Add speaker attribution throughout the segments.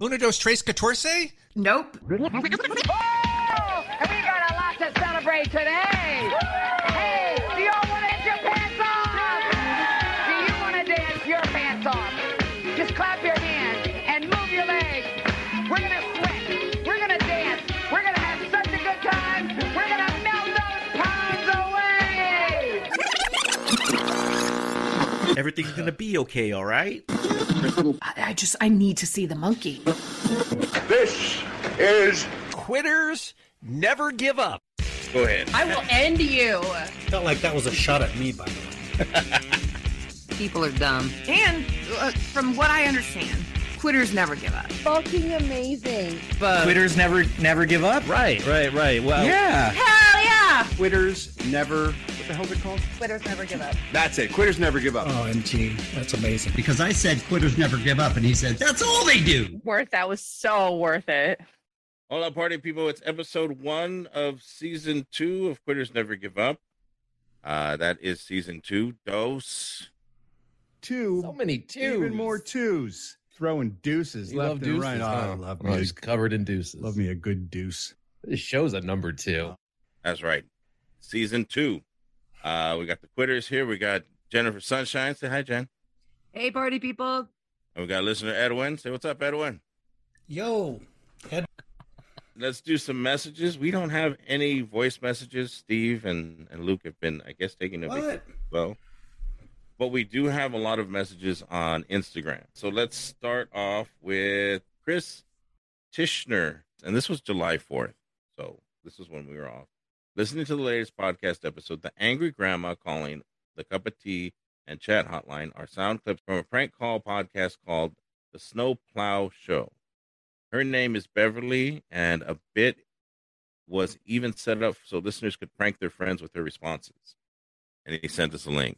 Speaker 1: Uno, dos, tres, catorce?
Speaker 2: Nope.
Speaker 3: Oh, and we got a lot to celebrate today. Hey, do y'all want to dance your pants off? Do you want to dance your pants off? Just clap your hands and move your legs. We're going to sweat. We're going to dance. We're going to have such a good time. We're going to melt those pounds away.
Speaker 4: Everything's gonna be okay, all right?
Speaker 2: I, I just, I need to see the monkey.
Speaker 5: This is
Speaker 6: Quitters never give up.
Speaker 5: go ahead.
Speaker 7: I will end you.
Speaker 8: Felt like that was a shot at me, by the way.
Speaker 9: People are dumb.
Speaker 7: And uh, from what I understand, quitters never give up.
Speaker 10: Fucking amazing.
Speaker 9: But
Speaker 4: Quitters never never give up.
Speaker 6: Right, right, right. Well,
Speaker 5: Yeah.
Speaker 7: Hell yeah!
Speaker 5: Quitters never. What the hell's it called?
Speaker 10: Quitters never give up.
Speaker 5: That's it. Quitters never give up.
Speaker 8: OMG, that's amazing.
Speaker 11: Because I said quitters never give up, and he said, that's all they do.
Speaker 7: Worth that was so worth it.
Speaker 4: Hola, party people! It's episode one of season two of Quitters Never Give Up. Uh, that is season two. Dose.
Speaker 5: Two.
Speaker 6: so many twos.
Speaker 5: Even more twos. Throwing deuces
Speaker 6: You
Speaker 5: left
Speaker 6: love
Speaker 5: and
Speaker 6: deuces.
Speaker 5: right.
Speaker 6: huh?
Speaker 5: Oh,
Speaker 6: love
Speaker 5: me.
Speaker 6: me. Just covered in deuces.
Speaker 5: Love me a good deuce.
Speaker 6: This show's a number two.
Speaker 4: That's right. Season two. Uh, we got the quitters here. We got Jennifer Sunshine. Say hi, Jen.
Speaker 9: hey, party people.
Speaker 4: And we got listener Edwin. Say what's up, Edwin.
Speaker 8: Yo,
Speaker 4: Let's do some messages. We don't have any voice messages. Steve and, and Luke have been, I guess, taking a vacation.
Speaker 8: what?
Speaker 4: well. But we do have a lot of messages on Instagram. So let's start off with Chris Tishner. And this was July 4th. So this is when we were off. Listening to the latest podcast episode, The Angry Grandma Calling, The Cup of Tea, and Chat Hotline are sound clips from a prank call podcast called The Snow Plow Show. Her name is Beverly, and a bit was even set up so listeners could prank their friends with her responses and he sent us a link.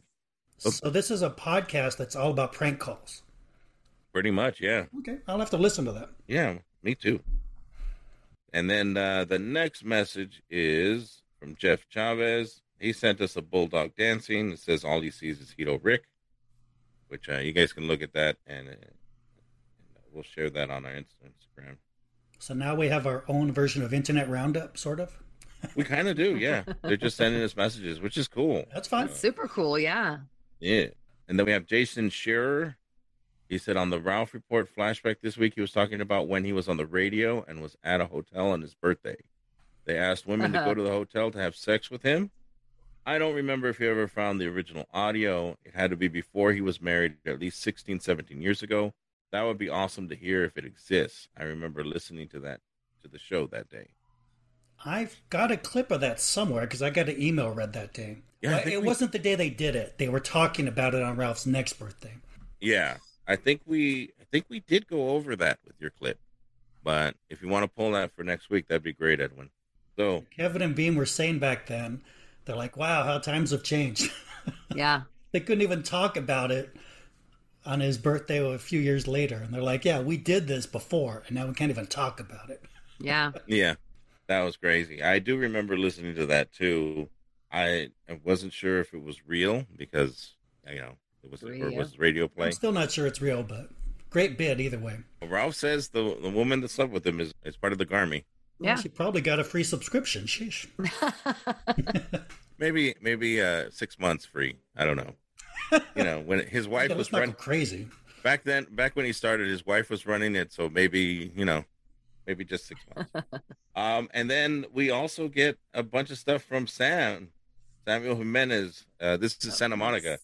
Speaker 8: So this is a podcast that's all about prank calls.
Speaker 4: Pretty much, yeah,
Speaker 8: Okay, I'll have to listen to that.
Speaker 4: yeah, me too. And then uh, the next message is from Jeff Chavez. He sent us a bulldog dancing. It says all he sees is Hito Rick, which uh, you guys can look at that, and, uh, and we'll share that on our Instagram.
Speaker 8: So now we have our own version of Internet Roundup, sort of.
Speaker 4: We kind of do, yeah. They're just sending us messages, which is cool.
Speaker 8: That's fine.
Speaker 9: That's super cool. Yeah.
Speaker 4: Yeah. And then we have Jason Shearer. He said on the Ralph Report flashback this week, he was talking about when he was on the radio and was at a hotel on his birthday. They asked women to go to the hotel to have sex with him. I don't remember if he ever found the original audio. It had to be before he was married, at least 16, 17 years ago. That would be awesome to hear if it exists. I remember listening to that to the show that day.
Speaker 8: I've got a clip of that somewhere because I got an email read that day.
Speaker 4: Yeah, I
Speaker 8: Well,
Speaker 4: think
Speaker 8: it
Speaker 4: we-
Speaker 8: wasn't the day they did it. They were talking about it on Ralph's next birthday.
Speaker 4: Yeah, I think we I think we did go over that with your clip, but if you want to pull that for next week, that'd be great, Edwin. So
Speaker 8: Kevin and Beam were saying back then, they're like, "Wow, how times have changed."
Speaker 9: Yeah.
Speaker 8: they couldn't even talk about it on his birthday a few years later, and they're like, "Yeah, we did this before, and now we can't even talk about it."
Speaker 9: Yeah.
Speaker 4: yeah, that was crazy. I do remember listening to that too. I I wasn't sure if it was real because you know it was or it
Speaker 9: Radio.
Speaker 4: was radio play.
Speaker 8: I'm still not sure it's real, but great bid either way.
Speaker 4: Ralph says the the woman that slept with him is is part of the Garmy.
Speaker 9: Yeah.
Speaker 8: She probably got a free subscription. Sheesh.
Speaker 4: Maybe maybe uh six months free. I don't know. You know when his wife
Speaker 8: Yeah,
Speaker 4: was
Speaker 8: let's not go
Speaker 4: running.
Speaker 8: crazy.
Speaker 4: back then back when he started his wife was running it so maybe you know maybe just six months um and then we also get a bunch of stuff from sam samuel jimenez uh this
Speaker 8: Oh,
Speaker 4: is santa monica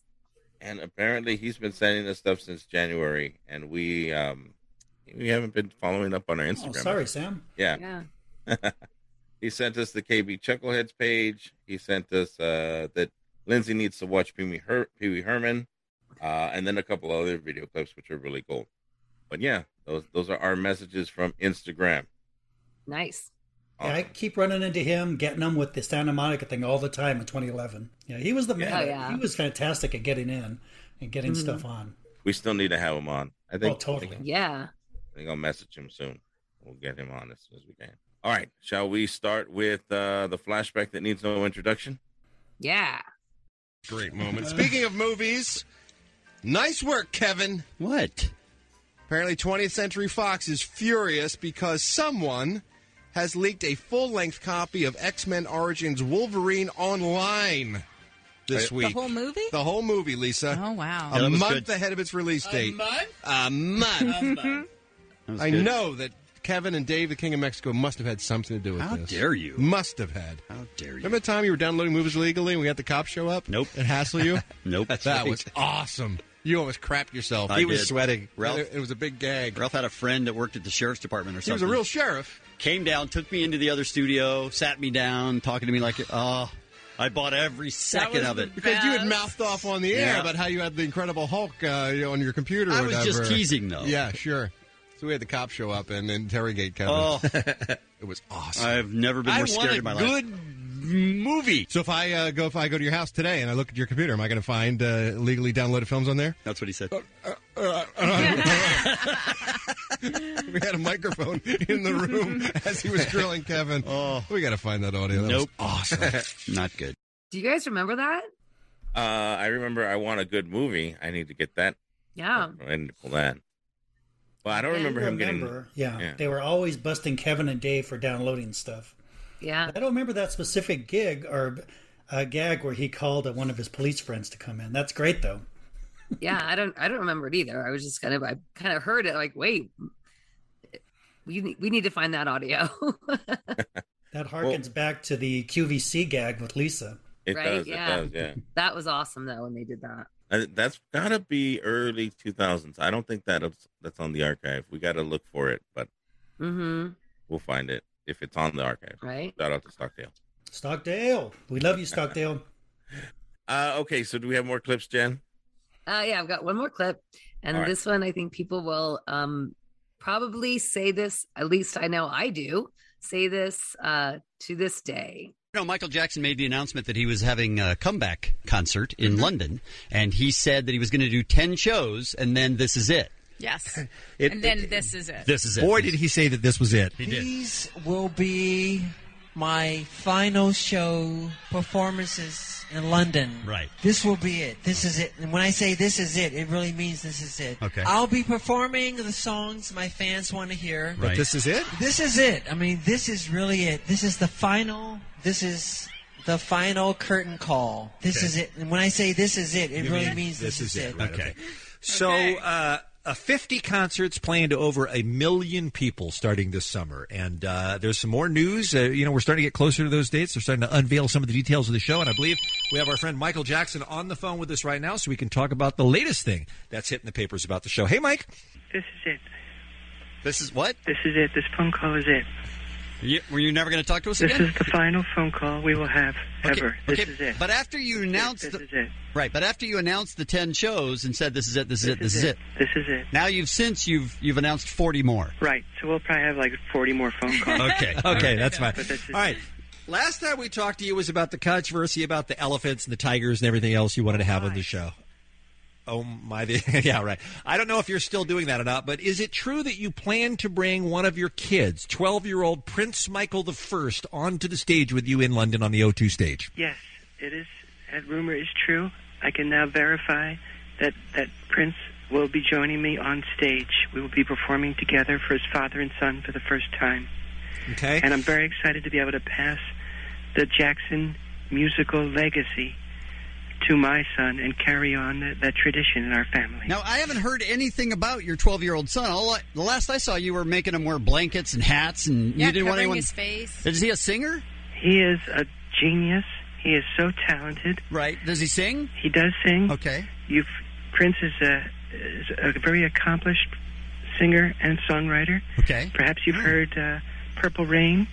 Speaker 4: and apparently he's been sending us stuff since january and we um we haven't been following up on our instagram
Speaker 8: Oh, sorry, Sam.
Speaker 4: yeah
Speaker 9: Yeah.
Speaker 4: he sent us the KB Chuckleheads page. He sent us uh, that Lindsay needs to watch Pee Wee Her- Pee Wee Herman, uh, and then a couple other video clips which are really cool. But yeah, those those are our messages from Instagram.
Speaker 9: Nice.
Speaker 8: Yeah, I keep running into him, getting him with the Santa Monica thing all the time in 2011. Yeah, he was the man.
Speaker 9: Oh, yeah. Mm-hmm.
Speaker 8: He was fantastic at getting in and getting stuff on.
Speaker 4: We still need to have him on. I think.
Speaker 8: Oh, totally.
Speaker 4: I think,
Speaker 9: Yeah.
Speaker 4: I think I'll message him soon. We'll get him on as soon as we can. All right, shall we start with uh, the flashback that needs no introduction?
Speaker 9: Yeah.
Speaker 11: Great moment.
Speaker 5: Speaking of movies, nice work, Kevin.
Speaker 6: What?
Speaker 12: Apparently, 20th Century Fox is furious because someone has leaked a full length copy of X Men Origins Wolverine online this
Speaker 13: The
Speaker 12: week.
Speaker 13: whole movie?
Speaker 12: The whole movie, Lisa. Oh,
Speaker 13: wow. Yeah,
Speaker 12: A
Speaker 13: that was
Speaker 12: month
Speaker 13: good.
Speaker 12: ahead of its release
Speaker 13: A
Speaker 12: date.
Speaker 13: month?
Speaker 12: A month.
Speaker 13: was
Speaker 12: I
Speaker 13: good.
Speaker 12: know that Kevin and Dave, the King of Mexico, must have had something to do with
Speaker 13: How
Speaker 12: this.
Speaker 13: dare you.
Speaker 12: Must have had.
Speaker 13: How dare you?
Speaker 12: Remember the time you were downloading movies legally and we had the cops show up? Nope. And hassle you?
Speaker 13: Nope.
Speaker 12: that was awesome. You almost crapped yourself.
Speaker 13: I
Speaker 12: he was
Speaker 13: did.
Speaker 12: sweating. Uh,
Speaker 13: Ralph,
Speaker 12: it was a big gag.
Speaker 13: Ralph had a friend that worked at the sheriff's department or
Speaker 12: He was
Speaker 13: something.
Speaker 12: a real sheriff.
Speaker 13: Came down, took me into the other studio, sat me down, talking to me like, oh, I bought every second of it.
Speaker 12: Because you had mouthed off on the air
Speaker 13: Yeah.
Speaker 12: about how you had the Incredible Hulk uh, you know, on your computer.
Speaker 13: I
Speaker 12: or
Speaker 13: was just
Speaker 12: whatever.
Speaker 13: teasing, though.
Speaker 12: Yeah, sure. So we had the cops show up and interrogate Kevin.
Speaker 13: Oh.
Speaker 12: it was awesome.
Speaker 13: I've never been
Speaker 12: I
Speaker 13: more
Speaker 12: want
Speaker 13: scared
Speaker 12: a
Speaker 13: in my life.
Speaker 12: good movie. So if I uh, go if I go to your house today and I look at your computer, am I going to find uh, legally downloaded films on there?
Speaker 13: That's what he said.
Speaker 12: Uh, we had a microphone in the room as he was grilling Kevin. Oh, we got to find that audio. That
Speaker 13: Nope.
Speaker 12: was awesome.
Speaker 13: Not good.
Speaker 9: Do you guys remember that?
Speaker 4: Uh, I remember I want a good movie. I need to get that.
Speaker 9: Yeah.
Speaker 4: I need to pull that. Well, I don't remember him
Speaker 8: Remember, yeah,
Speaker 4: getting.
Speaker 8: they were always busting Kevin and Dave for downloading stuff.
Speaker 9: Yeah.
Speaker 8: I don't remember that specific gig or uh, gag where he called uh, one of his police friends to come in. That's great though.
Speaker 9: Yeah. I don't I don't remember it either. I was just kind of I kind of heard it like, wait, we need- we need to find that audio.
Speaker 8: That harkens back to the QVC gag with Lisa.
Speaker 4: It
Speaker 9: right?
Speaker 4: does.
Speaker 9: yeah.
Speaker 4: It does. Yeah.
Speaker 9: That was awesome though when they did that.
Speaker 4: I, that's gotta be early 2000s. I don't think that that's on the archive. We gotta look for it, but
Speaker 9: Mm-hmm.
Speaker 4: we'll find it if it's on the archive.
Speaker 9: Right.
Speaker 4: Shout out to Stockdale.
Speaker 8: Stockdale, we love you, Stockdale.
Speaker 4: Uh, okay, so do we have more clips, Jen?
Speaker 9: Uh, yeah, I've got one more clip, and
Speaker 4: All right.
Speaker 9: this one I think people will um, probably say this. At least I know I do say this uh, to this day.
Speaker 13: You know, Michael Jackson made the announcement that he was having a comeback concert in
Speaker 12: Mm-hmm.
Speaker 13: London, and he said that he was going to do 10 shows, and then this is it.
Speaker 11: Yes.
Speaker 13: It-
Speaker 11: and then this is it.
Speaker 13: This is it.
Speaker 14: Boy, did he say that this was it.
Speaker 13: He did.
Speaker 14: These will be my final show performances in London.
Speaker 13: Right.
Speaker 14: This will be it. This is it. And when I say this is it, it really means this is it.
Speaker 13: Okay.
Speaker 14: I'll be performing the songs my fans want to hear.
Speaker 13: But Right. this is
Speaker 14: it? This is it. I mean, this is really it. This is the final. This is the final curtain call. This
Speaker 10: Okay.
Speaker 14: is it. And when I say this is it, it
Speaker 10: You
Speaker 14: really
Speaker 10: mean
Speaker 14: means this, is, it.
Speaker 10: Right, okay. So, uh, uh, 50 concerts planned to over a million people starting this summer. And uh, there's some more news. Uh, you know, we're starting to get closer to those dates. They're starting to unveil some of the details of the show. And I believe we have our friend Michael Jackson on the phone with us right now so we can talk about the latest thing that's hitting the papers about the show. Hey, Mike.
Speaker 15: This is it.
Speaker 13: This is what?
Speaker 15: This is it. This phone call is it.
Speaker 13: You, were you never going to talk to us
Speaker 15: This
Speaker 13: again?
Speaker 15: is the final phone call we will have
Speaker 13: Okay,
Speaker 15: ever. This
Speaker 13: okay,
Speaker 15: is it.
Speaker 13: But after you announced
Speaker 15: this
Speaker 13: the-
Speaker 15: is it.
Speaker 13: Right, but after you announced the 10 shows and said this is it, this is it, this is it.
Speaker 15: This is it.
Speaker 13: Now you've since you've you've announced 40 more.
Speaker 15: Right. So we'll probably have like 40 more phone calls.
Speaker 10: Okay, okay, that's fine.
Speaker 15: But this is
Speaker 10: All right. Last time we talked to you was about the controversy about the elephants and the tigers and everything else you wanted to have on the show. Oh my! Yeah, right. I don't know if you're still doing that or not, but is it true that you plan to bring one of your kids, twelve-year-old Prince Michael the First, onto the stage with you in London on the O2 stage?
Speaker 15: Yes, it is. That rumor is true. I can now verify that that Prince will be joining me on stage. We will be performing together for his father and son for the first time.
Speaker 10: Okay.
Speaker 15: And I'm very excited to be able to pass the Jackson musical legacy to my son and carry on that, that tradition in our family.
Speaker 13: Now I haven't heard anything about your 12-year-old son. All I, the last I saw, you were making him wear blankets and hats, and
Speaker 15: Yeah,
Speaker 13: you didn't want
Speaker 15: covering
Speaker 13: anyone.
Speaker 15: his face.
Speaker 13: Is he a singer?
Speaker 15: He is a genius. He is so talented.
Speaker 13: Right. Does he sing?
Speaker 15: He does sing.
Speaker 13: Okay.
Speaker 15: You've, Prince is a, is a very accomplished singer and songwriter.
Speaker 13: Okay. Oh.
Speaker 15: Perhaps you've heard uh, Purple Rain.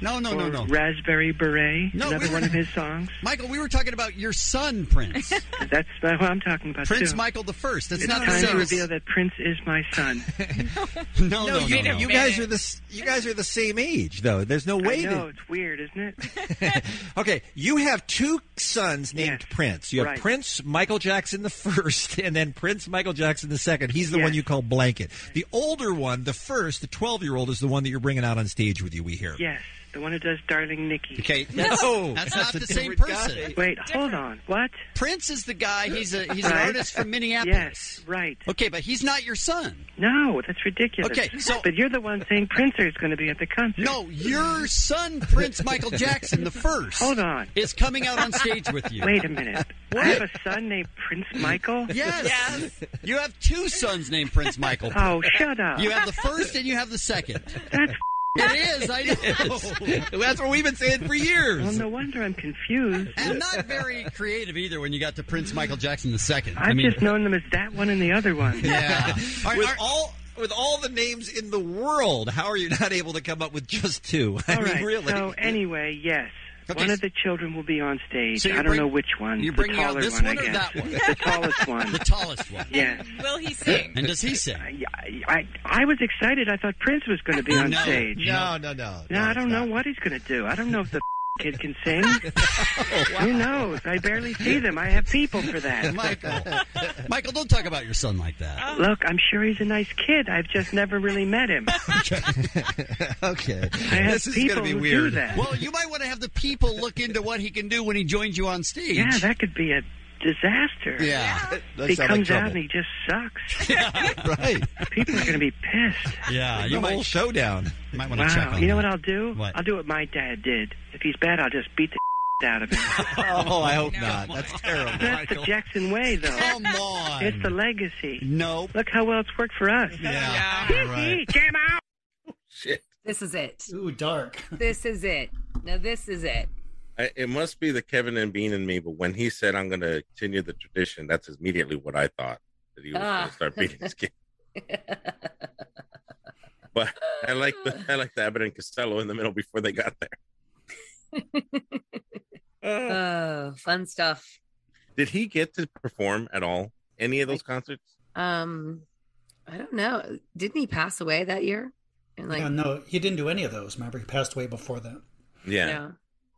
Speaker 13: No, no,
Speaker 15: or
Speaker 13: no, no.
Speaker 15: Raspberry Beret,
Speaker 13: No,
Speaker 15: another
Speaker 13: we-
Speaker 15: one of his songs.
Speaker 13: Michael, we were talking about your son, Prince.
Speaker 15: That's what I'm talking about.
Speaker 13: Prince
Speaker 15: too.
Speaker 13: Michael the First. That's
Speaker 15: it's
Speaker 13: not
Speaker 15: time
Speaker 13: the
Speaker 15: to
Speaker 13: same.
Speaker 15: reveal that Prince is my son.
Speaker 13: no,
Speaker 10: no, you,
Speaker 13: no.
Speaker 10: you guys are the s- you guys are the same age though. There's no way.
Speaker 15: I know
Speaker 10: to-
Speaker 15: it's weird, isn't it?
Speaker 10: Okay, you have two sons named Prince. You have
Speaker 15: right.
Speaker 10: Prince Michael Jackson the first, and then Prince Michael Jackson the second. He's the
Speaker 15: Yes.
Speaker 10: one you call Blanket. The older one, the first, the twelve-year-old, is the one that you're bringing out on stage with you. We hear.
Speaker 15: Yes, The one who does Darling Nikki.
Speaker 13: Okay, that's, that's not the same person.
Speaker 15: Wait, hold on. What?
Speaker 13: Prince is the guy. He's a he's an
Speaker 15: Right?
Speaker 13: artist from Minneapolis.
Speaker 15: Yes, right.
Speaker 13: Okay, but he's not your son.
Speaker 15: No, that's ridiculous.
Speaker 13: Okay, so-
Speaker 15: but you're the one saying Prince is going to be at the concert.
Speaker 13: No, your son, Prince Michael Jackson the first.
Speaker 15: Hold on.
Speaker 13: is coming out on stage with you.
Speaker 15: Wait a minute. I have a son named Prince Michael.
Speaker 13: Yes. You have two sons named Prince Michael.
Speaker 15: Oh, shut up.
Speaker 13: You have the first and you have the second.
Speaker 15: That's
Speaker 13: it is. I know.
Speaker 16: That's what we've been saying for years.
Speaker 15: Well, no wonder I'm confused.
Speaker 13: And not very creative either when you got to Prince Michael Jackson the second.
Speaker 15: I've
Speaker 13: I mean,
Speaker 15: just known them as that one and the other one.
Speaker 13: yeah.
Speaker 16: with all with all the names in the world, how are you not able to come up with just two? I
Speaker 15: All
Speaker 16: mean,
Speaker 15: right,
Speaker 16: really?
Speaker 15: So anyway, yes.
Speaker 16: Okay.
Speaker 15: One of the children will be on stage.
Speaker 16: So
Speaker 15: I
Speaker 16: you're
Speaker 15: don't
Speaker 16: bring-
Speaker 15: know which one.
Speaker 16: you're
Speaker 15: the
Speaker 16: bringing out
Speaker 15: taller
Speaker 13: this
Speaker 15: one,
Speaker 13: one
Speaker 15: I
Speaker 13: or
Speaker 15: guess.
Speaker 13: that one?
Speaker 15: The tallest one.
Speaker 13: The tallest one.
Speaker 15: Yes.
Speaker 7: Will he sing?
Speaker 13: And does he sing?
Speaker 15: I, I, I was excited. I thought Prince was going to be on
Speaker 13: No,
Speaker 15: stage.
Speaker 13: no, no, no,
Speaker 15: No, I don't know what he's going to do. I don't know if the kid can sing.
Speaker 13: Oh,
Speaker 15: Who knows? I barely see them. I have people for that.
Speaker 13: Michael. Michael, don't talk about your son like that.
Speaker 15: Look, I'm sure he's a nice kid. I've just never really met him.
Speaker 16: okay.
Speaker 15: I have
Speaker 13: This is
Speaker 15: people
Speaker 13: gonna be
Speaker 15: who
Speaker 13: weird.
Speaker 15: do that.
Speaker 13: Well, you might want to have the people look into what he can do when he joins you on stage.
Speaker 15: yeah, that could be a disaster.
Speaker 13: Yeah.
Speaker 15: He comes out and he just sucks.
Speaker 16: right.
Speaker 15: People are going to be pissed.
Speaker 13: Yeah,
Speaker 16: you might, whole showdown.
Speaker 13: You might
Speaker 16: want to
Speaker 15: wow.
Speaker 16: check on
Speaker 15: you know
Speaker 16: that.
Speaker 15: what I'll do?
Speaker 16: What?
Speaker 15: I'll do what my dad did. If he's bad, I'll just beat the out of him.
Speaker 16: Oh, I hope not. That's terrible.
Speaker 15: That's the Jackson way, though.
Speaker 13: Come on.
Speaker 15: It's the legacy.
Speaker 13: No.
Speaker 15: Look how well it's worked for us.
Speaker 16: Yeah.
Speaker 15: Right. Came out.
Speaker 9: This is it.
Speaker 8: Ooh, dark.
Speaker 9: This is it. Now this is it.
Speaker 4: I, it must be the Kevin and Bean and me, but when he said I'm going to continue the tradition, that's immediately what I thought that he was going
Speaker 9: Ah.
Speaker 4: to start beating his kid. but I like the I like the Abbott and Costello in the middle before they got there.
Speaker 15: Uh.
Speaker 9: Oh, fun stuff.
Speaker 4: Did he get to perform at all? Any of those concerts?
Speaker 9: Um, I don't know. Didn't he pass away that year? And like,
Speaker 8: yeah, no, he didn't do any of those. Remember, he passed away before that.
Speaker 4: Yeah.
Speaker 9: Yeah.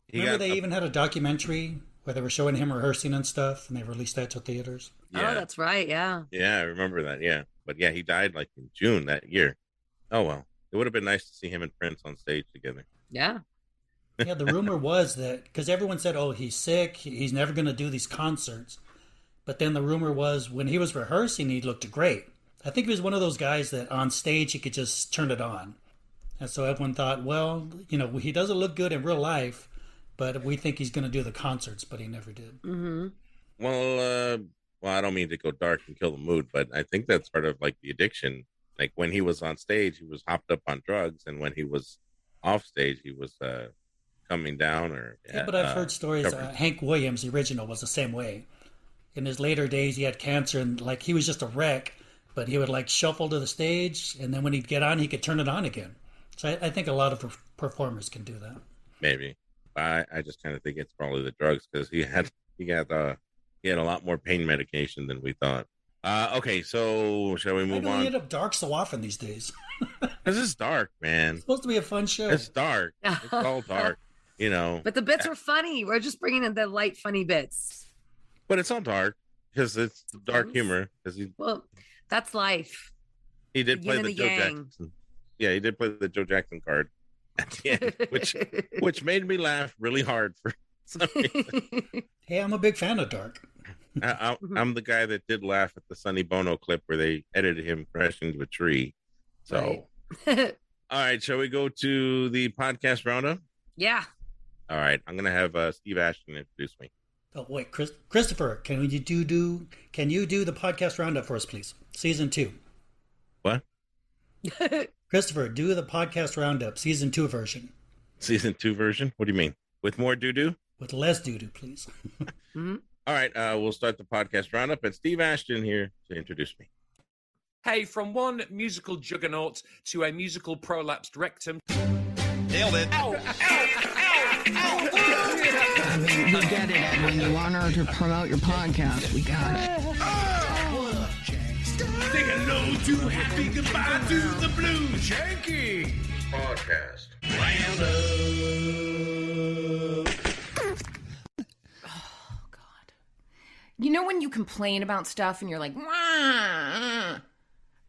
Speaker 4: He
Speaker 8: remember,
Speaker 4: got
Speaker 8: they
Speaker 4: a-
Speaker 8: even had a documentary where they were showing him rehearsing and stuff, and they released that to theaters.
Speaker 9: oh,
Speaker 4: Yeah.
Speaker 9: that's right. Yeah.
Speaker 4: Yeah, I remember that. Yeah. But yeah, he died like in June that year. Oh well. It would have been nice to see him and Prince on stage together.
Speaker 9: Yeah.
Speaker 8: yeah, the rumor was that because everyone said, "Oh, he's sick. he- He's never going to do these concerts." But then the rumor was when he was rehearsing, he looked great. I think he was one of those guys that on stage he could just turn it on, and so everyone thought, "Well, you know, he doesn't look good in real life, but we think he's going to do the concerts." But he never did.
Speaker 9: Mm-hmm.
Speaker 4: Well, uh, well, I don't mean to go dark and kill the mood, but I think that's part of like the addiction. Like when he was on stage, he was hopped up on drugs, and when he was off stage, he was uh, coming down or.
Speaker 8: Yeah, but I've
Speaker 4: uh,
Speaker 8: heard stories.
Speaker 4: covered.
Speaker 8: Uh, Hank Williams, the original, was the same way. In his later days, he had cancer and like he was just a wreck. But he would like shuffle to the stage, and then when he'd get on, he could turn it on again. So I, I think a lot of perf- performers can do that.
Speaker 4: maybe. I I just kind of think it's probably the drugs because he had he got uh he had a lot more pain medication than we thought. Uh, okay, so shall we
Speaker 8: Why
Speaker 4: move
Speaker 8: do we
Speaker 4: on?
Speaker 8: end up dark so often these days?
Speaker 4: This is dark, man.
Speaker 8: It's supposed to be a fun show.
Speaker 4: It's dark. It's all dark. You know.
Speaker 9: But the bits are funny. We're just bringing in the light, funny bits.
Speaker 4: But it's all dark because it's dark humor. Because he
Speaker 9: Well, that's life.
Speaker 4: he did
Speaker 9: the
Speaker 4: play
Speaker 9: yin
Speaker 4: the,
Speaker 9: and the
Speaker 4: Joe
Speaker 9: yang.
Speaker 4: Jackson. Yeah, he did play the Joe Jackson card at the end, which which made me laugh really hard. For some reason,
Speaker 8: Hey, I'm a big fan of dark.
Speaker 4: I, I, am the guy that did laugh at the Sonny Bono clip where they edited him crashing into a tree. So, all right, shall we go to the podcast roundup?
Speaker 9: yeah.
Speaker 4: All right, I'm gonna have uh, Steve Ashton introduce me.
Speaker 8: Oh wait, Chris- Christopher, can you do do? Can you do the podcast roundup for us, please? Season two.
Speaker 4: What?
Speaker 8: Christopher, do the podcast roundup, season two version,
Speaker 4: Season two version? What do you mean? With more doo doo?
Speaker 8: with less doo doo, please.
Speaker 4: All right, uh, we'll start the podcast roundup, and Steve Ashton here to introduce me.
Speaker 17: Hey, from one musical juggernaut to a musical prolapsed rectum. Nailed it.
Speaker 18: You get it, Edwin. You want her to promote your podcast. We got it.
Speaker 19: Say hello to happy goodbye to the blue janky
Speaker 4: podcast.
Speaker 2: You know when you complain about stuff and you're like, "Wah."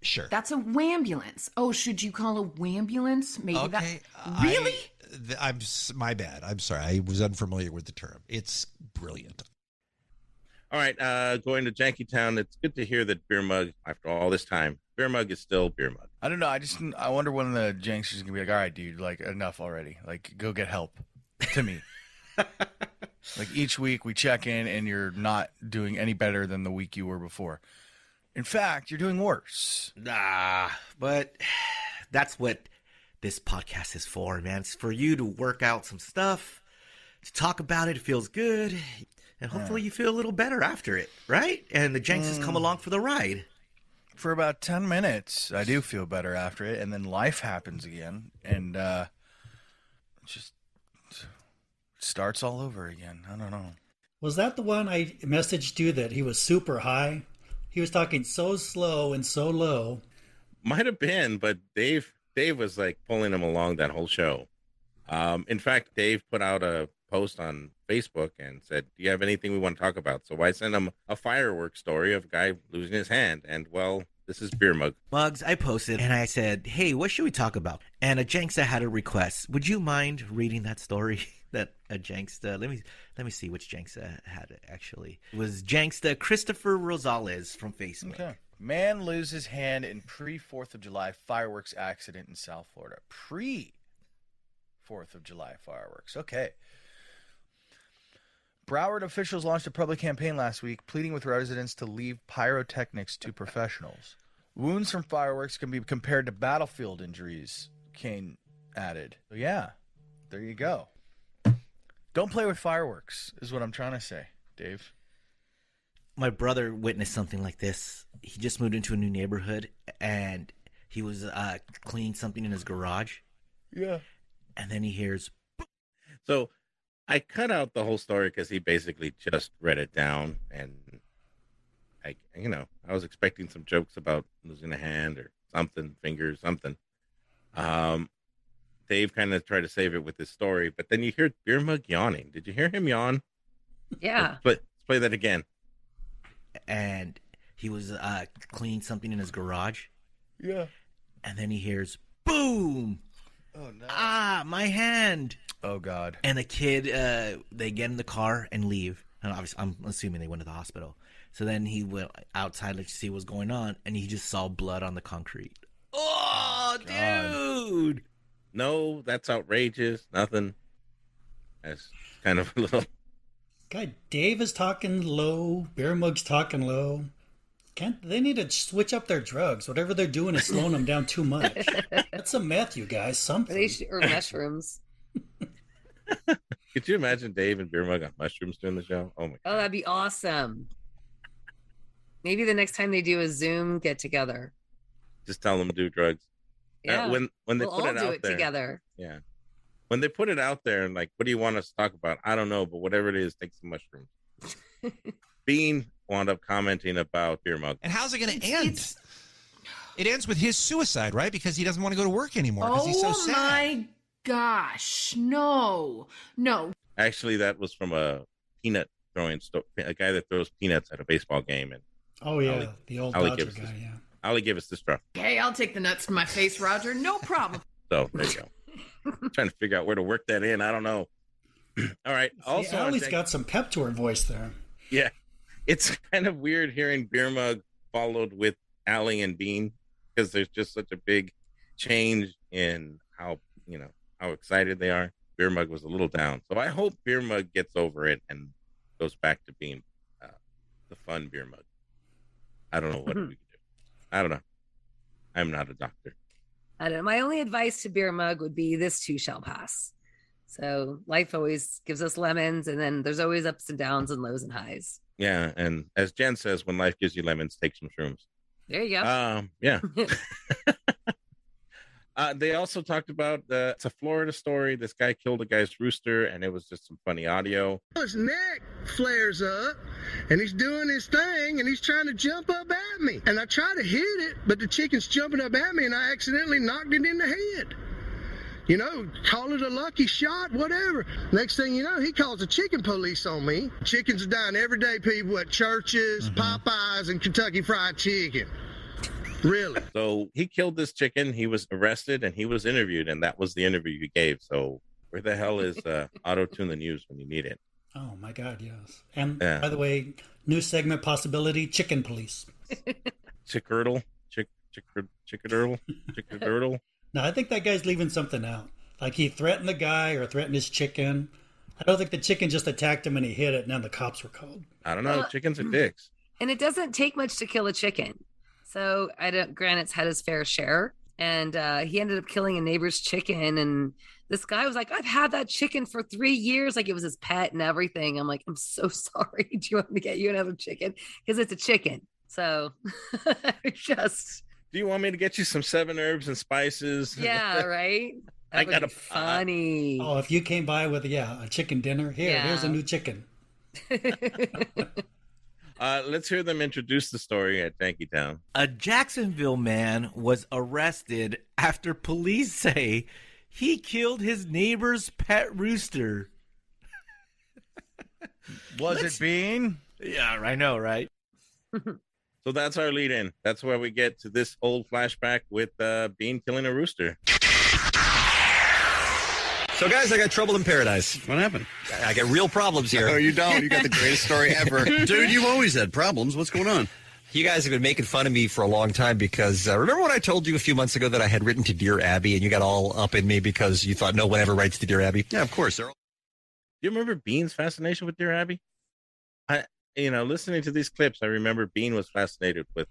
Speaker 18: Sure.
Speaker 2: That's a wambulance. Oh, should you call a wambulance? Maybe that. Really?
Speaker 18: I-
Speaker 20: th- I'm s- my bad. I'm sorry. I was unfamiliar with the term. It's brilliant.
Speaker 4: All right, uh, going to Jankytown. It's good to hear that Beer Mug, after all this time, Beer Mug is still Beer Mug.
Speaker 21: I don't know. I just I wonder when the Jenks is gonna be like, all right, dude, like enough already. Like go get help to me. like each week we check in and you're not doing any better than the week you were before. In fact, you're doing worse.
Speaker 22: Nah, but that's what this podcast is for, man. It's for you to work out some stuff, to talk about it. It feels good. And hopefully you feel a little better after it, right? And the Jenks has come
Speaker 21: Mm.
Speaker 22: along for the ride.
Speaker 21: For about ten minutes, I do feel better after it, and then life happens again, and uh, it just starts all over again. I don't know.
Speaker 8: Was that the one I messaged you that he was super high? He was talking so slow and so low.
Speaker 4: Might have been, but Dave Dave was like pulling him along that whole show. Um, in fact, Dave put out a post on Facebook and said, "Do you have anything we want to talk about?" So I sent him a fireworks story of a guy losing his hand, and well, this is Beer Mug.
Speaker 22: Mugs, I posted and I said, hey, what should we talk about? And a Janksta had a request. Would you mind reading that story? That a Janksta, let me let me see which Janksta had it actually. It was Janksta Christopher Rosales from Facebook.
Speaker 21: Okay. Man loses hand in pre Fourth of July fireworks accident in South Florida. Pre Fourth of July fireworks. Okay. Broward officials launched a public campaign last week pleading with residents to leave pyrotechnics to professionals. Wounds from fireworks can be compared to battlefield injuries, Kane added. So yeah, there you go. Don't play with fireworks, is what I'm trying to say, Dave.
Speaker 22: my brother witnessed something like this. He just moved into a new neighborhood and he was uh, cleaning something in his garage.
Speaker 21: Yeah.
Speaker 22: And then he hears,
Speaker 4: So I cut out the whole story because he basically just read it down, and I, you know, I was expecting some jokes about losing a hand or something, finger, something. Um, Dave kind of tried to save it with his story, but then you hear Beer Mug yawning. Did you hear him yawn?
Speaker 9: Yeah.
Speaker 4: But let's play that again.
Speaker 22: and he was uh, cleaning something in his garage.
Speaker 21: Yeah.
Speaker 22: And then he hears, boom.
Speaker 21: Oh, no.
Speaker 22: Ah, my hand.
Speaker 21: Oh, God.
Speaker 22: And the kid, uh, they get in the car and leave. And obviously, I'm assuming they went to the hospital. So then he went outside to see what was going on, and he just saw blood on the concrete.
Speaker 4: Oh,
Speaker 22: dude.
Speaker 4: No, that's outrageous. Nothing. That's kind of a little.
Speaker 8: God, Dave is talking low. Beer Mug's talking low. Can't they need to switch up their drugs? Whatever they're doing is slowing them down too much. That's a meth, you guys. Something.
Speaker 9: They should, or mushrooms.
Speaker 4: Could you imagine Dave and Beer Mug on mushrooms doing the show? Oh my!
Speaker 9: Oh, that'd be awesome. Maybe the next time they do a Zoom get together.
Speaker 4: Just tell them to do drugs. Uh,
Speaker 9: Yeah.
Speaker 4: when when they
Speaker 9: we'll
Speaker 4: put
Speaker 9: all
Speaker 4: it
Speaker 9: do
Speaker 4: out
Speaker 9: it
Speaker 4: there,
Speaker 9: together.
Speaker 4: Yeah. When they put it out there and like, what do you want us to talk about? I don't know, but whatever it is, take some mushrooms. Bean wound up commenting about beer mug.
Speaker 20: And how's it going to end? it ends with his suicide, right? Because he doesn't want to go to work anymore because
Speaker 2: oh
Speaker 20: he's so sad.
Speaker 2: my gosh! No, no.
Speaker 4: Actually, that was from a peanut throwing sto- a guy that throws peanuts at a baseball game, and
Speaker 8: Oh yeah,
Speaker 4: Ollie-
Speaker 8: the old
Speaker 4: Ollie
Speaker 8: Dodger
Speaker 4: gives
Speaker 8: guy.
Speaker 4: us- Ollie gave us this rough.
Speaker 2: Hey, I'll take the nuts to my face, Roger. No problem.
Speaker 4: So there you go. Trying to figure out where to work that in. I don't know. All right.
Speaker 8: Also,
Speaker 4: Also, on
Speaker 8: Allie's
Speaker 4: Jan-
Speaker 8: got some pep to her voice there.
Speaker 4: Yeah. It's kind of weird hearing Beer Mug followed with Allie and Bean because there's just such a big change in how, you know, how excited they are. Beer Mug was a little down. So I hope Beer Mug gets over it and goes back to being uh, the fun Beer Mug. I don't know what we can do. I don't know. I'm not a doctor.
Speaker 9: I don't know. My only advice to Beer Mug would be this too shall pass. So life always gives us lemons, and then there's always ups and downs and lows and highs.
Speaker 4: Yeah. And as Jen says, when life gives you lemons, take some shrooms.
Speaker 9: There you go.
Speaker 4: Um, yeah. uh, they also talked about the it's a Florida story. This guy killed a guy's rooster, and it was just some funny audio.
Speaker 23: His neck flares up and he's doing his thing and he's trying to jump up at me. And I try to hit it, but the chicken's jumping up at me and I accidentally knocked it in the head. You know, call it a lucky shot, whatever. Next thing you know, he calls the chicken police on me. Chickens are dying every day, people at churches, Popeyes, and Kentucky Fried Chicken. Really?
Speaker 4: So he killed this chicken. He was arrested and he was interviewed, and that was the interview he gave. So Where the hell is uh, auto tune the news when you need it?
Speaker 8: Oh my God, yes. And
Speaker 4: Yeah.
Speaker 8: by the way, new segment possibility: chicken police.
Speaker 4: Chickertle, chick, chicker, chickertle, chickertle.
Speaker 8: Now I think that guy's leaving something out. Like he threatened the guy or threatened his chicken. I don't think the chicken just attacked him and he hit it. Now the cops were called.
Speaker 4: I don't know.
Speaker 9: Well,
Speaker 4: Chickens are dicks.
Speaker 9: And it doesn't take much to kill a chicken. So I don't Granite's had his fair share. And uh, he ended up killing a neighbor's chicken. And this guy was like, I've had that chicken for three years. Like it was his pet and everything. I'm like, I'm so sorry. Do you want me to get you another chicken? Because it's a chicken. So just,
Speaker 4: Do you want me to get you some seven herbs and spices?
Speaker 9: yeah, right?
Speaker 4: I
Speaker 9: would
Speaker 4: got
Speaker 9: be
Speaker 4: a
Speaker 9: funny.
Speaker 8: Oh, if you came by with yeah a chicken dinner here,
Speaker 9: Yeah.
Speaker 8: here's a new chicken.
Speaker 4: Uh, let's hear them introduce the story at Yankee Town.
Speaker 22: A Jacksonville man was arrested after police say he killed his neighbor's pet rooster.
Speaker 21: Was it Bean?
Speaker 22: Yeah, I know, right?
Speaker 4: So that's our lead in. That's where we get to this old flashback with uh, Bean killing a rooster.
Speaker 16: So, guys, I got trouble in paradise. What happened? I got real problems here.
Speaker 3: No, you don't. You got the greatest story ever.
Speaker 16: Dude,
Speaker 3: you've always had problems. What's going on?
Speaker 10: You guys have been making fun of me for a long time because uh, remember when I told you a few months ago that I had written to Dear Abby and you got all up in me because you thought no one ever writes to Dear Abby? Yeah, of course. They're all-
Speaker 4: Do you remember Bean's fascination with Dear Abby? I, you know, listening to these clips, I remember Bean was fascinated with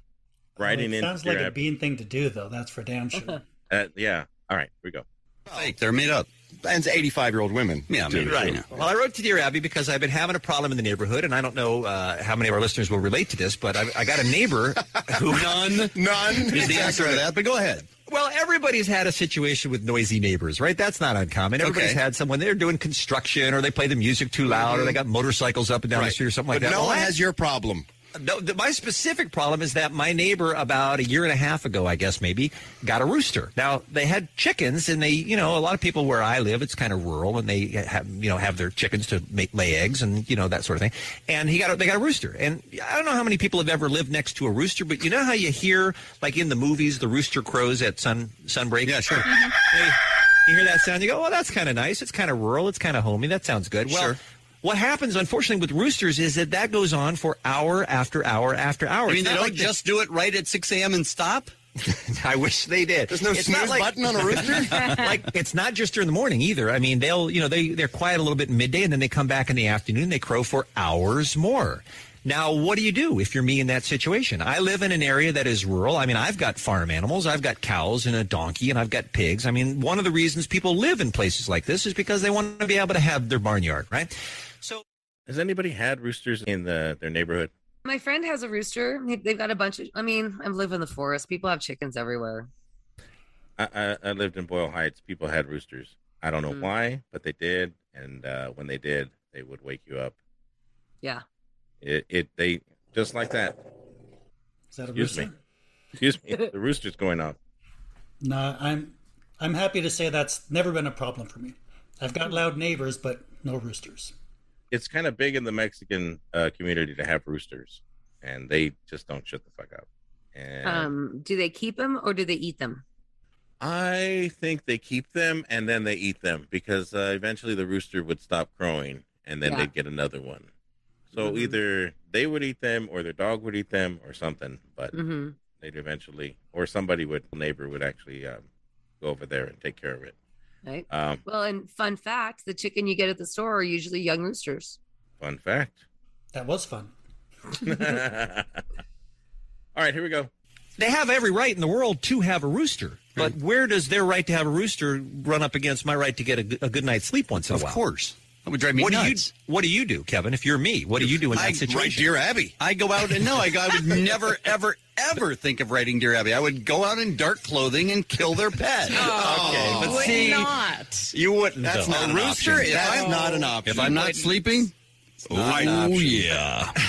Speaker 4: writing
Speaker 8: it
Speaker 4: in
Speaker 8: sounds
Speaker 4: Dear
Speaker 8: like a
Speaker 4: Abby.
Speaker 8: bean thing to do, though. That's for damn sure.
Speaker 4: Uh, yeah. All right, here we go.
Speaker 10: fake. They're made up.
Speaker 3: And 85 year old women.
Speaker 10: Yeah,
Speaker 3: do,
Speaker 10: maybe, right.
Speaker 3: too.
Speaker 10: Well, I wrote to Dear Abby because I've been having a problem in the neighborhood, and I don't know uh, how many of our listeners will relate to this, but I, I got a neighbor who none
Speaker 3: none
Speaker 10: is the answer to that.
Speaker 3: But go ahead.
Speaker 10: Well, everybody's had a situation with noisy neighbors, right? That's not uncommon. Everybody's
Speaker 3: Okay. Mm-hmm.
Speaker 10: had someone they're doing construction, or they play the music too loud, or they got motorcycles up and down the
Speaker 3: Right.
Speaker 10: street, or something like
Speaker 3: But
Speaker 10: that.
Speaker 3: no
Speaker 10: Well,
Speaker 3: one
Speaker 10: I-
Speaker 3: has your problem.
Speaker 10: no, th- my specific problem is that my neighbor, about a year and a half ago, I guess maybe, got a rooster. Now they had chickens, and they, you know, a lot of people where I live, it's kind of rural, and they have, you know, have their chickens to make lay eggs and you know that sort of thing. And he got, a, they got a rooster, and I don't know how many people have ever lived next to a rooster, but you know how you hear, like in the movies, the rooster crows at sun sunbreak. Yeah, sure. you hear that sound, you go, "Well, that's kind of nice. It's kind of rural. It's kind of homey. That sounds good." Well, what happens, unfortunately, with roosters is that that goes on for hour after hour after hour.
Speaker 11: I mean,
Speaker 10: It's
Speaker 11: they
Speaker 10: not
Speaker 11: don't
Speaker 10: like
Speaker 11: just do it right at 6 a.m. and stop?
Speaker 10: I wish they did.
Speaker 11: There's no
Speaker 10: not
Speaker 11: snooze button on a rooster?
Speaker 10: like it's not just during the morning either. I mean, they'll you know they they're quiet a little bit in midday, and then they come back in the afternoon. They crow for hours more. Now, what do you do if you're me in that situation? I live in an area that is rural. I mean, I've got farm animals. I've got cows and a donkey, and I've got pigs. I mean, one of the reasons people live in places like this is because they want to be able to have their barnyard, right? So,
Speaker 4: has anybody had roosters in the their neighborhood?
Speaker 9: My friend has a rooster. He- They've got a bunch of, I mean, I live in the forest. People have chickens everywhere.
Speaker 4: I, I, I lived in Boyle Heights. People had roosters. I don't know
Speaker 9: Mm.
Speaker 4: why, but they did. And uh, when they did, they would wake you up.
Speaker 9: Yeah.
Speaker 4: It, it they just like that.
Speaker 8: Is that a
Speaker 4: Excuse
Speaker 8: rooster?
Speaker 4: me. Excuse me. The rooster's going off.
Speaker 8: No, I'm I'm happy to say that's never been a problem for me. I've got loud neighbors, but no roosters.
Speaker 4: It's kind of big in the Mexican uh, community to have roosters, and they just don't shut the fuck up. And
Speaker 9: Um, do they keep them or do they eat them?
Speaker 4: I think they keep them and then they eat them because uh, eventually the rooster would stop crowing and then
Speaker 9: Yeah.
Speaker 4: they'd get another one. So
Speaker 9: Mhm.
Speaker 4: either they would eat them or their dog would eat them or something, but
Speaker 9: Mhm.
Speaker 4: they'd eventually, or somebody would, neighbor would actually um, go over there and take care of it.
Speaker 9: Right.
Speaker 4: Um,
Speaker 9: Well, and fun fact the chicken you get at the store are usually young roosters.
Speaker 4: fun fact.
Speaker 8: That was fun.
Speaker 4: All right, here we go. Hmm.
Speaker 10: They have every right in the world to have a rooster, but where does their right to have a rooster run up against my right to get a, g- a good night's sleep once in
Speaker 11: Of
Speaker 10: a while?
Speaker 11: course. That would drive me
Speaker 10: what
Speaker 11: nuts.
Speaker 10: Do you, what do you do, Kevin? If you're me, what do you do in
Speaker 11: I
Speaker 10: that situation?
Speaker 11: write Dear Abby. I go out and no, I, go, I would never, ever, ever think of writing Dear Abby. I would go out in dark clothing and kill their pet.
Speaker 10: Okay, but
Speaker 11: Oh, Would
Speaker 10: see,
Speaker 11: not.
Speaker 10: you wouldn't.
Speaker 11: That's
Speaker 10: though.
Speaker 11: not an option. That's not an option. If I'm not sleeping,
Speaker 10: not an
Speaker 11: oh
Speaker 10: option.
Speaker 11: yeah.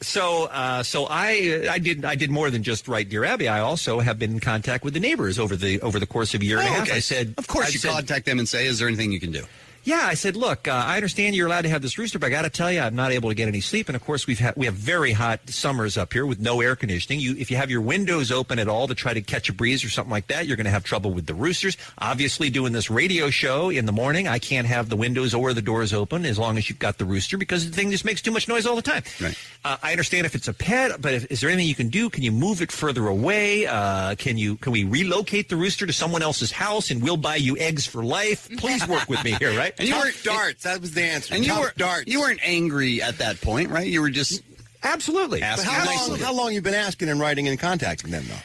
Speaker 10: So, uh, so I, I did, I did more than just write Dear Abby. I also have been in contact with the neighbors over the over the course of a year and a
Speaker 11: Oh,
Speaker 10: half.
Speaker 11: okay.
Speaker 10: I said,
Speaker 11: Of course,
Speaker 10: I
Speaker 11: you
Speaker 10: said,
Speaker 11: contact them and say, "Is there anything you can do?"
Speaker 10: Yeah, I said, look, uh, I understand you're allowed to have this rooster, but I got to tell you, I'm not able to get any sleep. And of course, we've had we have very hot summers up here with no air conditioning. You, if you have your windows open at all to try to catch a breeze or something like that, you're going to have trouble with the roosters. Obviously, doing this radio show in the morning, I can't have the windows or the doors open as long as you've got the rooster because the thing just makes too much noise all the time.
Speaker 11: Right.
Speaker 10: Uh, I understand if it's a pet, but if, is there anything you can do? Can you move it further away? Uh, can you can we relocate the rooster to someone else's house and we'll buy you eggs for life? Please work with me here, right?
Speaker 3: And you
Speaker 10: Talk
Speaker 3: weren't darts. That was the answer.
Speaker 10: And you
Speaker 3: Top
Speaker 10: were-
Speaker 3: darts. You weren't angry at that point, right? You were just
Speaker 10: absolutely.
Speaker 3: Asking
Speaker 10: But how long-
Speaker 3: nicely. how long you been asking and writing and contacting them though?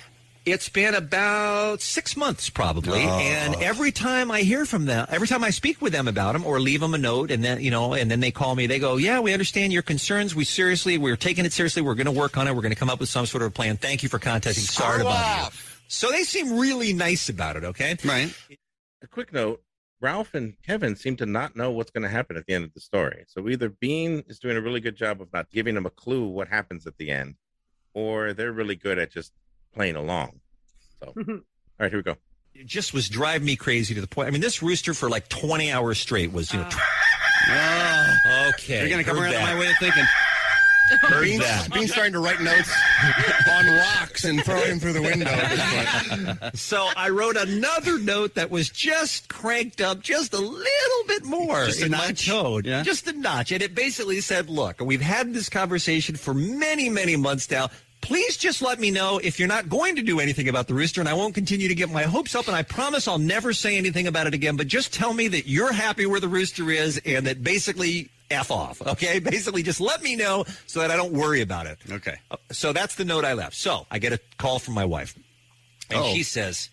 Speaker 10: It's been about six months probably,
Speaker 3: Oh.
Speaker 10: and every time I hear from them, every time I speak with them about them or leave them a note, and then you know, and then they call me. They go, "Yeah, we understand your concerns. We seriously, we're taking it seriously. We're going to work on it. We're going to come up with some sort of plan. Thank you for contacting. Sorry
Speaker 4: Screw
Speaker 10: about you." So they seem really nice about it. Okay,
Speaker 11: right.
Speaker 4: A quick note: Ralph and Kevin seem to not know what's going to happen at the end of the story. So either Bean is doing a really good job of not giving them a clue what happens at the end, or they're really good at just playing along. So, all right, here we go.
Speaker 10: It just was driving me crazy to the point. I mean, this rooster for like twenty hours straight was, you know,
Speaker 3: Ah.
Speaker 10: okay.
Speaker 11: You're going to come
Speaker 10: heard
Speaker 11: around
Speaker 10: that.
Speaker 11: my way of thinking.
Speaker 10: Heard
Speaker 3: Bean's,
Speaker 10: that.
Speaker 3: Bean's starting to write notes on rocks and throwing them through the window. at this point.
Speaker 10: so I wrote another note that was just cranked up just a little bit more
Speaker 11: Just a
Speaker 10: in my
Speaker 11: notch?
Speaker 10: tone,
Speaker 11: Yeah.
Speaker 10: just a notch, and it basically said, "Look, we've had this conversation for many, many months now." Please just let me know if you're not going to do anything about the rooster, and I won't continue to get my hopes up. And I promise I'll never say anything about it again. But just tell me that you're happy where the rooster is, and that basically f off. Okay, basically just let me know so that I don't worry about it. Uh,
Speaker 11: Okay.
Speaker 10: So that's the note I left. So I get a call from my wife. And
Speaker 11: Oh.
Speaker 10: she says,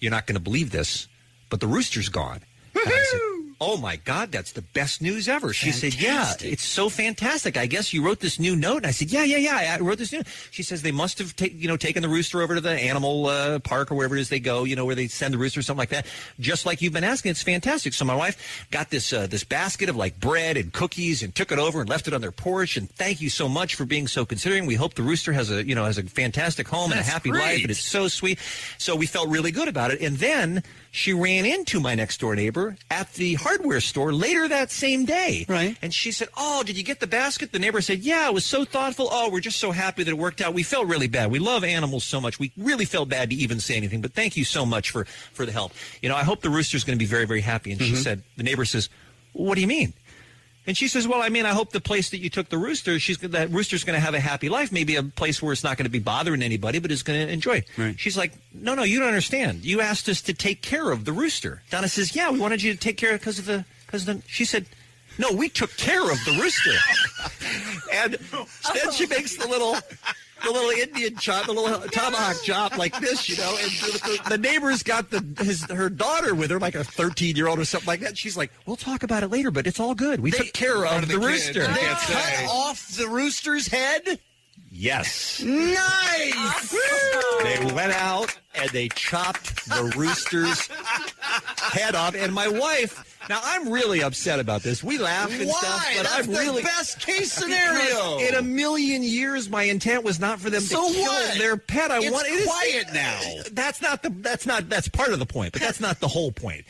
Speaker 10: You're not going to believe this, but the rooster's gone. And I said, Oh my God, that's the best news ever. She said, Yeah,
Speaker 11: Fantastic.
Speaker 10: it's so fantastic. I guess you wrote this new note. And I said, Yeah, yeah, yeah. I wrote this new She says, They must have ta- you know, taken the rooster over to the animal uh, park or wherever it is they go, you know, where they send the rooster or something like that. Just like you've been asking. It's fantastic. So my wife got this, uh, this basket of like bread and cookies and took it over and left it on their porch. And thank you so much for being so considering. We hope the rooster has a, you know, has a fantastic home and a
Speaker 11: That's
Speaker 10: happy
Speaker 11: great.
Speaker 10: life. And it's so sweet. So we felt really good about it. And then she ran into my next door neighbor at the hardware store later that same day. Right. And she said, Oh, did you get the basket? The neighbor said, Yeah, it was so thoughtful. Oh, we're just so happy that it worked out. We felt really bad. We love animals so much. We really felt bad to even say anything, but thank you so much for, for the help. You know, I hope the rooster's going to be very, very happy. And she said, The neighbor says, What do you mean? And she says, "Well, I mean, I hope the place that you took the rooster, she's that rooster's going to have a happy life. Maybe a place where it's not going to be bothering anybody, but is going to enjoy." Right. She's like, "No, no, you don't understand. You asked us to take care of the rooster." Donna says, "Yeah, we wanted you to take care of because of the because the." She said. No, we took care of the rooster, and then she makes the little, the little Indian chop, the little tomahawk chop like this, you know. And the, the, the neighbor's got the his her daughter with her, like a thirteen year old or something like that. She's like, "We'll talk about it later, but it's all good. We took care of the, rooster."
Speaker 11: They cut off the rooster's head?
Speaker 10: Yes.
Speaker 11: Nice!
Speaker 10: They went out and they chopped the rooster's head off. And my wife, now I'm really upset about this. We laugh and
Speaker 11: Why?
Speaker 10: stuff, but
Speaker 11: That's
Speaker 10: I'm
Speaker 11: the
Speaker 10: really
Speaker 11: best case scenario.
Speaker 10: Because In a million years, my intent was not for them
Speaker 11: So
Speaker 10: to kill
Speaker 11: what?
Speaker 10: their pet. I
Speaker 11: It's
Speaker 10: want it is-
Speaker 11: quiet now.
Speaker 10: That's not the. That's not. That's part of the point, but that's not the whole point.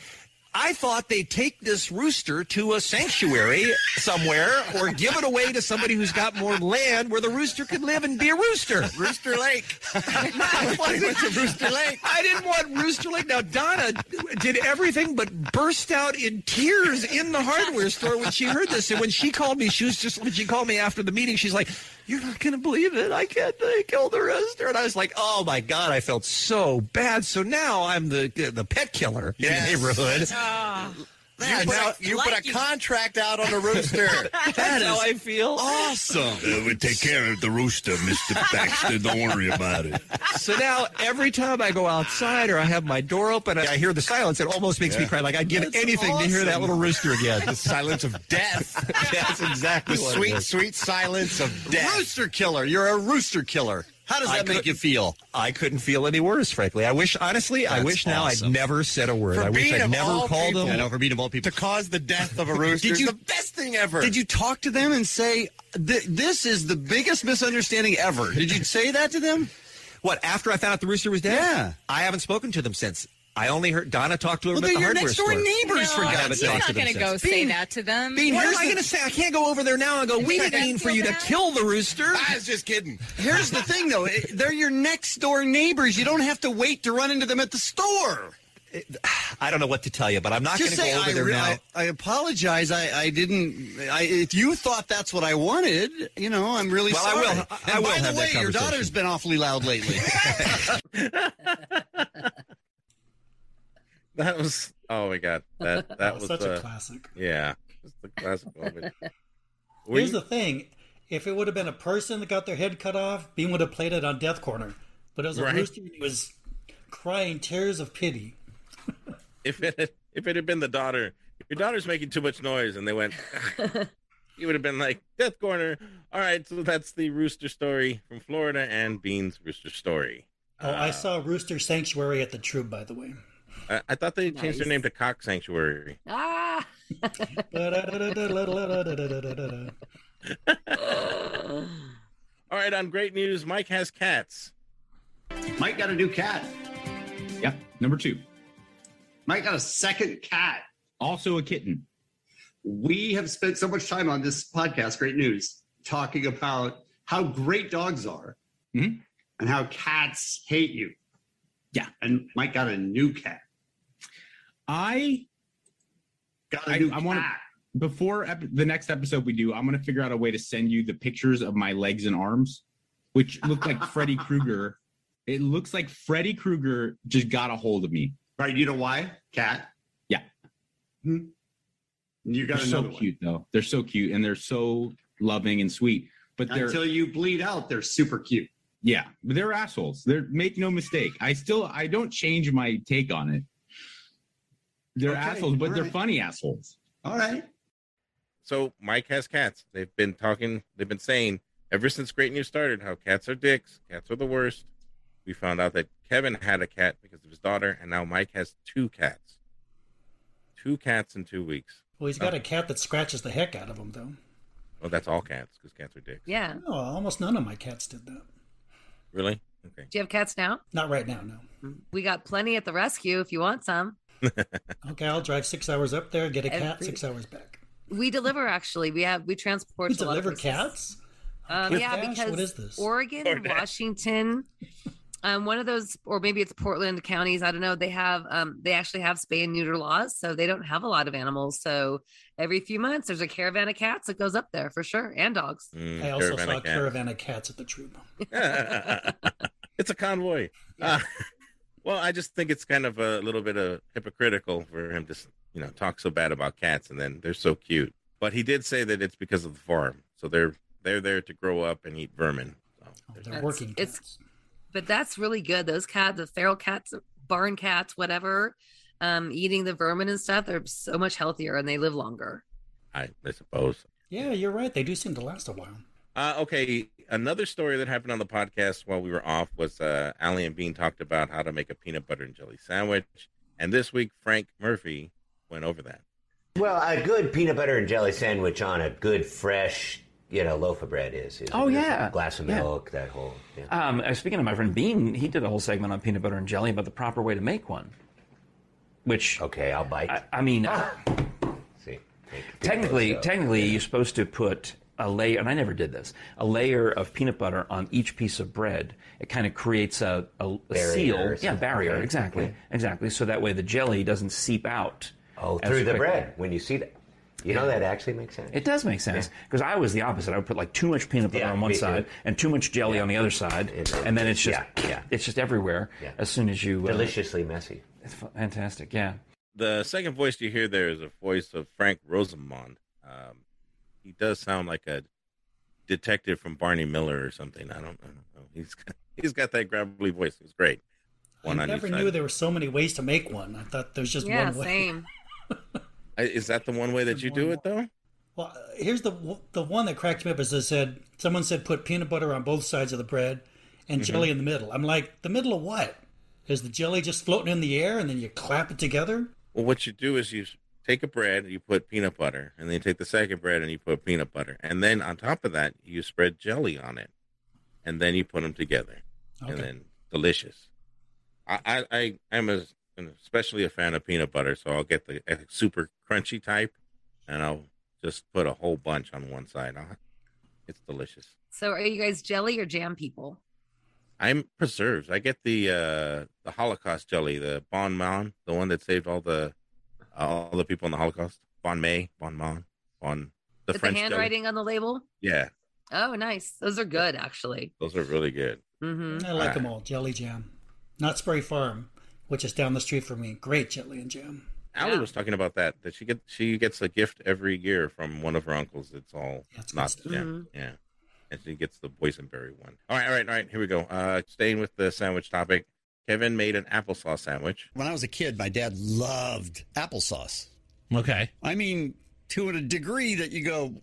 Speaker 10: I thought they'd take this rooster to a sanctuary somewhere or give it away to somebody who's got more land where the rooster could live and be a rooster.
Speaker 3: Rooster Lake. Rooster Lake.
Speaker 10: I didn't want Rooster Lake. Now Donna did everything but burst out in tears in the hardware store when she heard this. And when she called me, she was just when she called me after the meeting, she's like, "You're not gonna believe it. I can't. They killed the rooster." And I was like, "Oh my god, I felt so bad." So now I'm the the pet killer
Speaker 3: Yes.
Speaker 10: in the neighborhood.
Speaker 3: You put, a, you put a contract out on the rooster.
Speaker 10: That's how I feel.
Speaker 3: Awesome.
Speaker 19: Uh, we take care of the rooster, Mr. Baxter. Don't worry about it.
Speaker 10: So now every time I go outside or I have my door open, I hear the silence. It almost makes me
Speaker 3: Yeah.
Speaker 10: cry. Like I'd give
Speaker 3: That's
Speaker 10: anything to hear that
Speaker 3: awesome.
Speaker 10: little rooster again.
Speaker 3: The silence of death.
Speaker 10: That's
Speaker 3: The
Speaker 10: exactly what it
Speaker 3: sweet,
Speaker 10: is.
Speaker 3: sweet silence of death.
Speaker 11: Rooster killer. You're a rooster killer. How does
Speaker 10: I
Speaker 11: that make
Speaker 10: could-
Speaker 11: you feel?
Speaker 10: I couldn't feel any worse, frankly. I wish, honestly, I
Speaker 11: That's
Speaker 10: wish now
Speaker 11: awesome.
Speaker 10: I'd never said a word.
Speaker 3: For
Speaker 10: I wish
Speaker 3: being
Speaker 10: I'd
Speaker 3: of
Speaker 10: never
Speaker 3: all
Speaker 10: called
Speaker 3: people-
Speaker 10: them.
Speaker 3: I know,
Speaker 11: for being of all people.
Speaker 3: To cause the death of a rooster
Speaker 11: Did
Speaker 3: is
Speaker 11: you-
Speaker 3: the best thing ever.
Speaker 11: Did you talk to them and say, "Th- this is the biggest misunderstanding ever? Did you say that to them?
Speaker 10: What, after I found out the rooster was dead?
Speaker 11: Yeah.
Speaker 10: I haven't spoken to them since. I only heard Donna talk to her
Speaker 5: Well,
Speaker 10: at
Speaker 5: they're
Speaker 10: the
Speaker 5: your
Speaker 10: hardware
Speaker 5: next door
Speaker 10: store.
Speaker 5: neighbors, for
Speaker 10: I
Speaker 5: God's
Speaker 10: haven't
Speaker 5: sake.
Speaker 10: talked to
Speaker 5: You're not
Speaker 10: them
Speaker 5: gonna
Speaker 10: since.
Speaker 5: go say
Speaker 10: Bean,
Speaker 5: that to them.
Speaker 10: Bean,
Speaker 5: Why
Speaker 10: here's
Speaker 5: would
Speaker 10: what
Speaker 5: I
Speaker 10: I'm going to say. I can't go over there now and go,
Speaker 5: Does
Speaker 10: we
Speaker 5: that
Speaker 10: didn't mean for
Speaker 5: feel
Speaker 10: you
Speaker 5: bad?
Speaker 10: to kill the rooster.
Speaker 5: I was
Speaker 10: just kidding.
Speaker 5: Here's the
Speaker 11: thing, though. It- They're your next door neighbors. You don't have to wait to run into them at the store.
Speaker 10: I don't know what to tell you, but I'm not going to
Speaker 11: Just
Speaker 10: go
Speaker 11: say,
Speaker 10: over
Speaker 11: I,
Speaker 10: there
Speaker 11: re-
Speaker 10: now.
Speaker 11: I, I apologize. I, I didn't. I, if you thought that's what I wanted, you know, I'm really
Speaker 10: Well, I
Speaker 11: sorry.
Speaker 10: will- I- I
Speaker 11: and
Speaker 10: will
Speaker 11: by
Speaker 10: have
Speaker 11: the
Speaker 10: that
Speaker 11: way, your
Speaker 10: conversation.
Speaker 11: daughter's been awfully loud lately.
Speaker 4: That was oh my god. That that,
Speaker 8: That was
Speaker 4: was
Speaker 8: such a
Speaker 4: uh,
Speaker 8: classic.
Speaker 4: Yeah, it's the classic moment. Were
Speaker 8: Here's
Speaker 4: you-
Speaker 8: the thing: if it would have been a person that got their head cut off, Bean would have played it on Death Corner. But it was a
Speaker 4: Right.
Speaker 8: rooster, and he was crying tears of pity.
Speaker 4: if it had, if it had been the daughter, your daughter's making too much noise, and they went, you would have been like Death Corner. All right, so that's the rooster story from Florida and Bean's rooster story.
Speaker 8: Oh,
Speaker 4: Ah.
Speaker 8: I saw Rooster Sanctuary at the Troop, by the way.
Speaker 4: I, I thought they changed their
Speaker 8: Nice.
Speaker 4: name to Cock Sanctuary.
Speaker 9: Ah.
Speaker 4: All right, on great news, Mike has cats.
Speaker 6: Mike got a new cat. Yep, number two. Mike got a second cat, also a kitten. We have spent so much time on this podcast, Great News, talking about how great dogs are and how cats hate you. Yeah. And Mike got a new cat.
Speaker 12: I
Speaker 6: Got a
Speaker 12: I,
Speaker 6: new
Speaker 12: I want to
Speaker 6: cat.
Speaker 12: before ep- the next episode we do. I'm going to figure out a way to send you the pictures of my legs and arms, which look like Freddy Krueger. It looks like Freddy Krueger just got a hold of me.
Speaker 6: Right? You know why? Cat.
Speaker 12: Yeah.
Speaker 6: You got
Speaker 12: they're so
Speaker 6: another one.
Speaker 12: cute though. They're so cute and they're so loving and sweet. But they're
Speaker 6: Until you bleed out, they're super cute.
Speaker 12: yeah, but they're assholes. They're make no mistake. I still I don't change my take on it. They're
Speaker 6: Okay,
Speaker 12: assholes, but
Speaker 6: all
Speaker 12: they're
Speaker 6: right.
Speaker 12: funny assholes.
Speaker 6: All right.
Speaker 4: So Mike has cats. They've been talking, they've been saying ever since Great News started how cats are dicks, cats are the worst. We found out that Kevin had a cat because of his daughter, and now Mike has two cats. Two cats in two weeks.
Speaker 8: Well, he's got a cat that scratches the heck out of him, though.
Speaker 4: Well, that's all cats because cats are dicks.
Speaker 9: Yeah.
Speaker 8: No, almost none of my cats did that.
Speaker 4: Really? Okay.
Speaker 9: Do you have cats now?
Speaker 8: Not right now, no.
Speaker 9: We got plenty at the rescue if you want some.
Speaker 8: Okay, I'll drive six hours up there, get a cat,
Speaker 9: Every-
Speaker 8: six hours back.
Speaker 9: We deliver actually. We have we transport.
Speaker 8: You
Speaker 9: to a lot of
Speaker 8: deliver
Speaker 9: places.
Speaker 8: cats?
Speaker 9: Um,
Speaker 8: With
Speaker 9: yeah,
Speaker 8: Dash?
Speaker 9: because
Speaker 8: What is this?
Speaker 9: Oregon,
Speaker 8: DoorDash.
Speaker 9: Washington, um, one of those, or maybe it's Portland counties. I don't know. They have um, they actually have spay and neuter laws, so they don't have a lot of animals. So every few months, there's a caravan of cats that goes up there for sure, and dogs.
Speaker 4: Mm,
Speaker 8: I also
Speaker 4: caravan
Speaker 8: saw
Speaker 4: of
Speaker 8: a
Speaker 4: cats.
Speaker 8: caravan of cats at the troop.
Speaker 4: it's a convoy. Uh, well, I just think it's kind of a little bit of hypocritical for him to, s- you know, talk so bad about cats, and then they're so cute. But he did say that it's because of the farm, so they're they're there to grow up and eat vermin.
Speaker 8: They're working.
Speaker 9: It's, but that's really good. Those cats, the feral cats, barn cats, whatever, um, eating the vermin and stuff, they're so much healthier and they live longer.
Speaker 4: I, I suppose.
Speaker 8: Yeah, you're right. They do seem to last a while.
Speaker 4: Uh, okay, another story that happened on the podcast while we were off was uh, Allie and Bean talked about how to make a peanut butter and jelly sandwich, and this week Frank Murphy went over that.
Speaker 24: Well, a good peanut butter and jelly sandwich on a good fresh, you know, loaf of bread is. is
Speaker 25: Oh, yeah.
Speaker 24: glass of
Speaker 25: Yeah.
Speaker 24: milk, that whole. Yeah.
Speaker 25: Um, uh, speaking of my friend Bean, he did a whole segment on peanut butter and jelly about the proper way to make one. Which
Speaker 24: okay, I'll bite.
Speaker 25: I, I mean, uh,
Speaker 24: See,
Speaker 25: technically,
Speaker 24: so,
Speaker 25: technically, you're supposed to put a layer, and I never did this, a layer of peanut butter on each piece of bread. It kind of creates a, a, a
Speaker 24: Barrier or
Speaker 25: seal, yeah,
Speaker 24: something.
Speaker 25: barrier,
Speaker 24: Okay,
Speaker 25: exactly,
Speaker 24: okay.
Speaker 25: exactly. So that way the jelly doesn't seep out.
Speaker 24: Oh, through the bread when you see that. You know that actually makes sense.
Speaker 25: It does make sense because I was the opposite. I would put like too much peanut butter
Speaker 24: Yeah,
Speaker 25: on one
Speaker 24: me too.
Speaker 25: side and too much jelly on the other side, and then it's just it's just everywhere as soon as you uh,
Speaker 24: Deliciously messy.
Speaker 25: It's fa- fantastic, yeah.
Speaker 4: The second voice you hear there is a voice of Frank Rosamond. Um, he does sound like a detective from Barney Miller or something. I don't, I don't know. He's got, he's got that gravelly voice. It's great. One
Speaker 8: I
Speaker 4: on each
Speaker 8: never
Speaker 4: side.
Speaker 8: knew there were so many ways to make one. I thought there's just
Speaker 9: yeah,
Speaker 8: one way.
Speaker 9: same.
Speaker 4: I- Is that the one way that you do it though?
Speaker 8: Well, Uh, here's the the one that cracked me up is they said someone said put peanut butter on both sides of the bread and
Speaker 4: Mhm.
Speaker 8: jelly in the middle. I'm like, the middle of what? Is the jelly just floating in the air and then you clap it together?
Speaker 4: Well, what you do is you s- take a bread and you put peanut butter, and then you take the second bread and you put peanut butter, and then on top of that you spread jelly on it, and then you put them together,
Speaker 8: Okay.
Speaker 4: and then delicious. I I, I I'm a and especially a fan of peanut butter, so I'll get the uh, super crunchy type, and I'll just put a whole bunch on one side. I'll- It's delicious.
Speaker 9: So are you guys jelly or jam people?
Speaker 4: I'm preserves. I get the uh the Holocaust jelly, the Bon Mon, the one that saved all the uh, all the people in the Holocaust. Bon May, Bon Mon, Bon. The
Speaker 9: With
Speaker 4: French
Speaker 9: the
Speaker 4: jelly.
Speaker 9: handwriting on the label?
Speaker 4: Yeah,
Speaker 9: Oh, nice. Those are good, actually.
Speaker 4: those are really good.
Speaker 9: Mm-hmm.
Speaker 8: I like them all. Jelly jam, not Spray Farm, which is down the street from me. Great jelly and jam.
Speaker 4: Allie was talking about that that she get she gets a gift every year from one of her uncles. It's all not
Speaker 8: good stuff.
Speaker 4: yeah,
Speaker 8: Mhm.
Speaker 4: yeah, and she gets the boysenberry one. All right, all right, all right. Here we go. Uh, staying with the sandwich topic, Kevin made an applesauce sandwich.
Speaker 13: When I was a kid, my dad loved applesauce.
Speaker 17: Okay.
Speaker 13: I mean, to a degree that you go,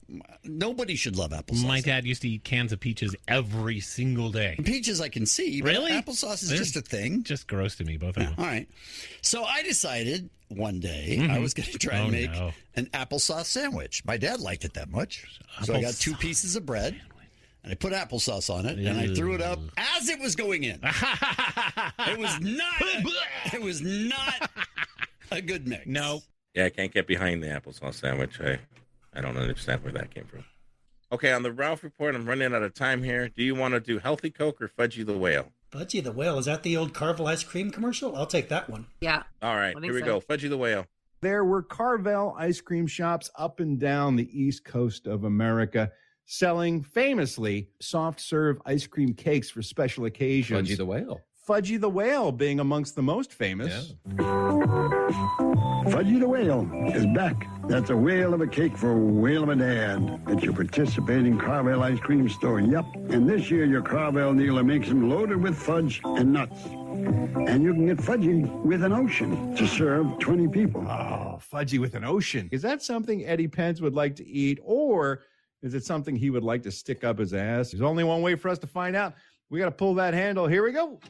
Speaker 13: nobody should love applesauce.
Speaker 17: My dad used to eat cans of peaches every single day.
Speaker 13: Peaches I can see. but
Speaker 17: Really?
Speaker 13: Applesauce is
Speaker 17: They're
Speaker 13: just a thing.
Speaker 17: Just gross to me, both of them.
Speaker 13: All right. So I decided one day I
Speaker 17: Mhm.
Speaker 13: was going to try and
Speaker 17: Oh,
Speaker 13: make
Speaker 17: no.
Speaker 13: an applesauce sandwich. My dad liked it that much. So I got two pieces of bread and I put applesauce on it and I threw it up as it was going in. it was not it was not a good mix. No.
Speaker 4: Yeah, I can't get behind the applesauce sandwich. I I don't understand where that came from. Okay, on the Ralph report, I'm running out of time here. Do you want to do healthy Coke or Fudgy the Whale?
Speaker 8: Budgie the Whale is that the old Carvel ice cream commercial? I'll take that one.
Speaker 9: Yeah.
Speaker 4: All right,
Speaker 8: I think
Speaker 4: here we
Speaker 8: so.
Speaker 4: go. Fudgy the Whale.
Speaker 12: There were Carvel ice cream shops up and down the East Coast of America selling famously soft serve ice cream cakes for special occasions.
Speaker 15: Fudgy the Whale.
Speaker 12: Fudgy the Whale being amongst the most famous.
Speaker 26: Fudgy the Whale is back. That's a whale of a cake for a whale of a dad at your participating Carvel ice cream store. Yep. And this year, your Carvel dealer makes them loaded with fudge and nuts. And you can get fudgy with an ocean to serve 20 people.
Speaker 12: Oh, fudgy with an ocean. Is that something Eddie Pence would like to eat, or is it something he would like to stick up his ass? There's only one way for us to find out. We got to pull that handle. Here we go.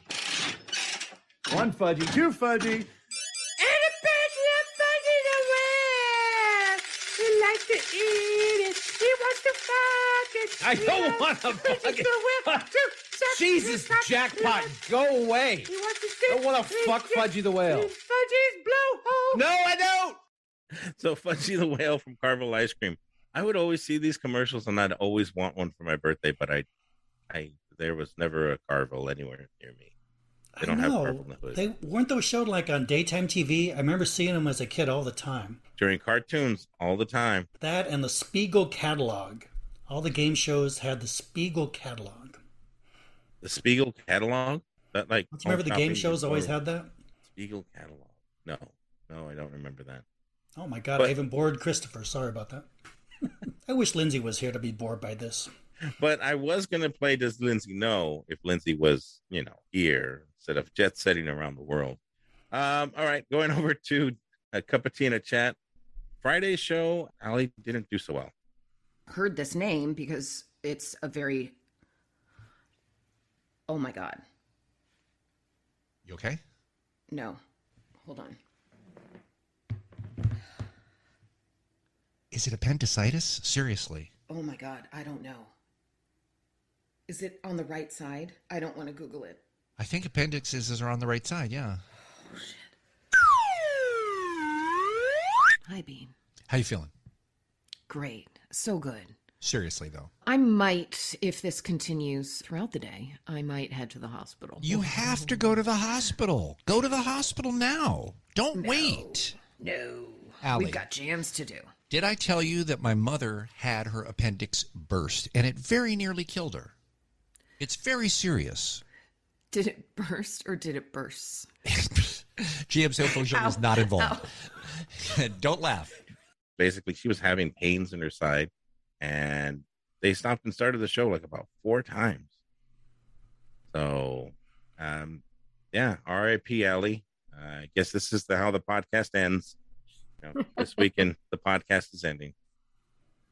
Speaker 12: One fudgy, two fudgy.
Speaker 11: And a picture of Fuzzy the Whale. He likes to eat it. He wants to fuck it.
Speaker 15: I don't want to fuck it. Jesus, jackpot, go away.
Speaker 11: He wants to
Speaker 15: I want to fuck Fudgy the Whale.
Speaker 11: Fudgy's blowhole.
Speaker 15: No, I don't.
Speaker 4: So Fudgy the Whale from Carvel Ice Cream. I would always see these commercials and I'd always want one for my birthday, but I I there was never a Carvel anywhere near me. They don't have Carvel in the hood.
Speaker 8: They weren't those showed like on daytime TV. I remember seeing them as a kid all the time.
Speaker 4: During cartoons all the time.
Speaker 8: That and the Spiegel catalog. All the game shows had the Spiegel catalog.
Speaker 4: The Spiegel catalog? That like
Speaker 8: Don't you remember the game
Speaker 4: homecoming
Speaker 8: shows always
Speaker 4: before-
Speaker 8: had that?
Speaker 4: Spiegel catalog. No. No, I don't remember that.
Speaker 8: Oh my god, I even bored Christopher. Sorry about that. I wish Lindsay was here to be bored by this.
Speaker 4: But I was gonna play Does Lindsay Know if Lindsay was, you know, here instead of jet setting around the world. Um, all right, going over to a cup of tea and a chat. Friday's show, Ali didn't do so well.
Speaker 2: heard this name because it's a very oh my god
Speaker 10: You okay?
Speaker 2: no hold on
Speaker 10: Is it appendicitis? Seriously.
Speaker 2: oh my god i don't know is it on the right side i don't want to google it
Speaker 10: I think appendixes are on the right side, yeah.
Speaker 2: hi bean
Speaker 10: How you feeling?
Speaker 2: great so good
Speaker 10: Seriously though.
Speaker 2: i might if this continues throughout the day i might head to the hospital
Speaker 10: You have to go to the hospital. Go to the hospital now. Don't wait.
Speaker 2: no
Speaker 10: Allie.
Speaker 2: we've got jams to do
Speaker 10: Did I tell you that my mother had her appendix burst and it very nearly killed her? It's very serious.
Speaker 2: did it burst or did it burst
Speaker 10: GM Sofojan is not involved. Don't laugh.
Speaker 4: Basically, she was having pains in her side, and they stopped and started the show like about four times. So, um, yeah, R.I.P. Allie. Uh, I guess this is the how the podcast ends. You know, this weekend, the podcast is ending.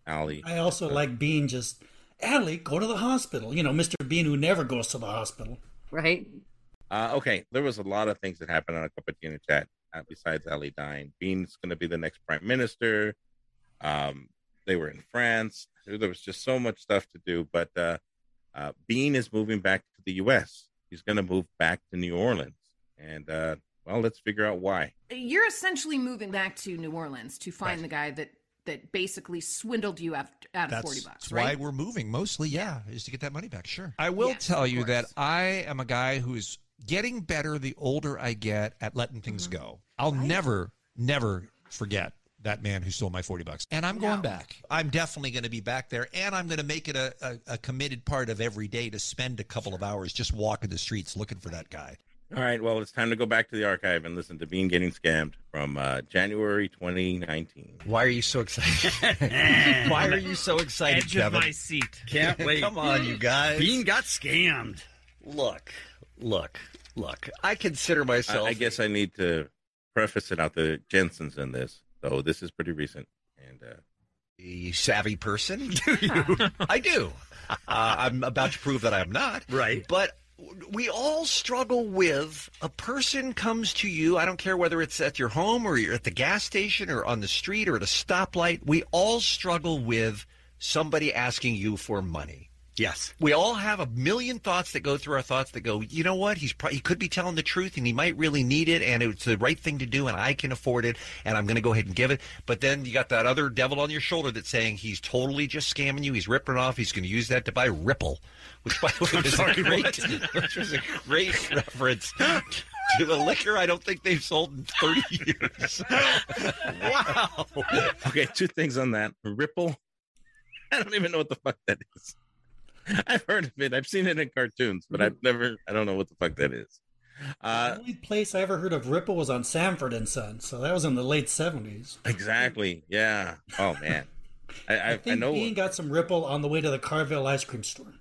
Speaker 4: Allie,
Speaker 8: I also like Bean just, Allie, go to the hospital. You know, Mr. Bean who never goes to the hospital.
Speaker 9: Right?
Speaker 4: Uh, okay, there was a lot of things that happened on a cup of tea in the chat. Uh, besides Ali dying, Bean's going to be the next prime minister. Um, they were in France. There was just so much stuff to do. But uh, uh, Bean is moving back to the U.S. He's going to move back to New Orleans, and uh, Well, let's figure out why.
Speaker 2: You're essentially moving back to New Orleans to find the guy that that basically swindled you out, out of
Speaker 20: That's
Speaker 2: forty bucks,
Speaker 20: why
Speaker 2: right?
Speaker 20: we're moving mostly, yeah, is to get that money back. Sure.
Speaker 2: I will Yeah,
Speaker 20: tell you that I am a guy who's getting better the older I get at letting things
Speaker 2: Mm-hmm.
Speaker 20: go. I'll never, never forget that man who stole my 40 bucks. And I'm going back. I'm definitely going to be back there. And I'm going to make it a, a, a committed part of every day to spend a couple of hours just walking the streets looking for that guy.
Speaker 4: All right, well, it's time to go back to the archive and listen to Bean Getting Scammed from uh, January 2019.
Speaker 15: Why are you so excited? Why are you so excited,
Speaker 4: Edge of
Speaker 15: Kevin?
Speaker 4: my seat.
Speaker 15: Can't wait.
Speaker 4: Come on, you
Speaker 15: guys. Bean got scammed. Look, look, look. I consider
Speaker 4: I,
Speaker 15: myself.
Speaker 4: I guess I need to preface it out the Jensen's in this, so this is pretty recent. And uh,
Speaker 15: a savvy person.
Speaker 10: I do. Uh, I'm about to prove that I'm not.
Speaker 15: Right.
Speaker 10: But we all struggle with a person comes to you. I don't care whether it's at your home or you're at the gas station or on the street or at a stoplight. We all struggle with somebody asking you for money.
Speaker 15: Yes.
Speaker 10: We all have a million thoughts that go through our thoughts that go, you know what? He's pro- he could be telling the truth and he might really need it and it's the right thing to do and I can afford it and I'm going to go ahead and give it. But then you got that other devil on your shoulder that's saying he's totally just scamming you. He's ripping off. He's going to use that to buy Ripple, which by the way
Speaker 15: I'm
Speaker 10: is
Speaker 15: sorry,
Speaker 10: a great,
Speaker 15: what?
Speaker 10: which was a great reference to a liquor I don't think they've sold in 30 years. wow.
Speaker 4: Okay, two things on that. Ripple. I don't even know what the fuck that is. I've heard of it. I've seen it in cartoons, but I've never. I don't know what the fuck that is. Uh,
Speaker 8: the only place I ever heard of Ripple was on Sanford and Son, so that was in the late seventies.
Speaker 4: exactly. Yeah. Oh man. I I,
Speaker 8: I
Speaker 4: I,
Speaker 8: think
Speaker 4: know.
Speaker 8: Dean got some Ripple on the way to the Carville ice cream store.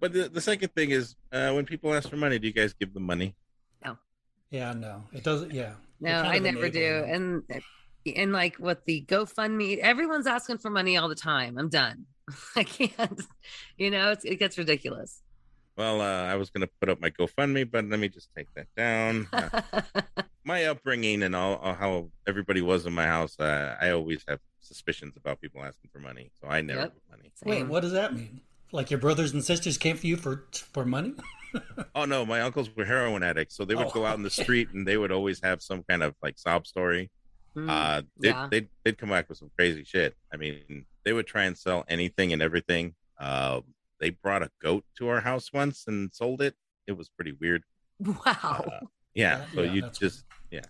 Speaker 4: But the, the second thing is, uh, when people ask for money, do you guys give them money?
Speaker 8: Yeah, no, it doesn't. Yeah,
Speaker 9: No,
Speaker 8: We're kind
Speaker 9: I
Speaker 8: of
Speaker 9: never do.
Speaker 8: enabling.
Speaker 9: And eh, and like what the GoFundMe, everyone's asking for money all the time. I'm done. I can't. You know, it's, it gets ridiculous.
Speaker 4: Well, uh, I was going to put up my GoFundMe, but let me just take that down. Uh, my upbringing and all, all how everybody was in my house, uh, I always have suspicions about people asking for money, so I never.
Speaker 8: Wait,
Speaker 9: Mm-hmm.
Speaker 8: what does that mean? Like your brothers and sisters came for you for for money?
Speaker 4: Oh no, my uncles were heroin addicts, so they would
Speaker 8: Oh.
Speaker 4: go out in the street and they would always have some kind of like sob story.
Speaker 8: Hmm,
Speaker 9: Mm,
Speaker 4: uh, they'd,
Speaker 9: yeah.
Speaker 4: they'd they'd come back with some crazy shit. I mean, they would try and sell anything and everything. Uh, they brought a goat to our house once and sold it. It was pretty weird.
Speaker 9: Wow.
Speaker 4: Yeah, so
Speaker 8: yeah,
Speaker 4: you
Speaker 8: that's
Speaker 4: just yeah.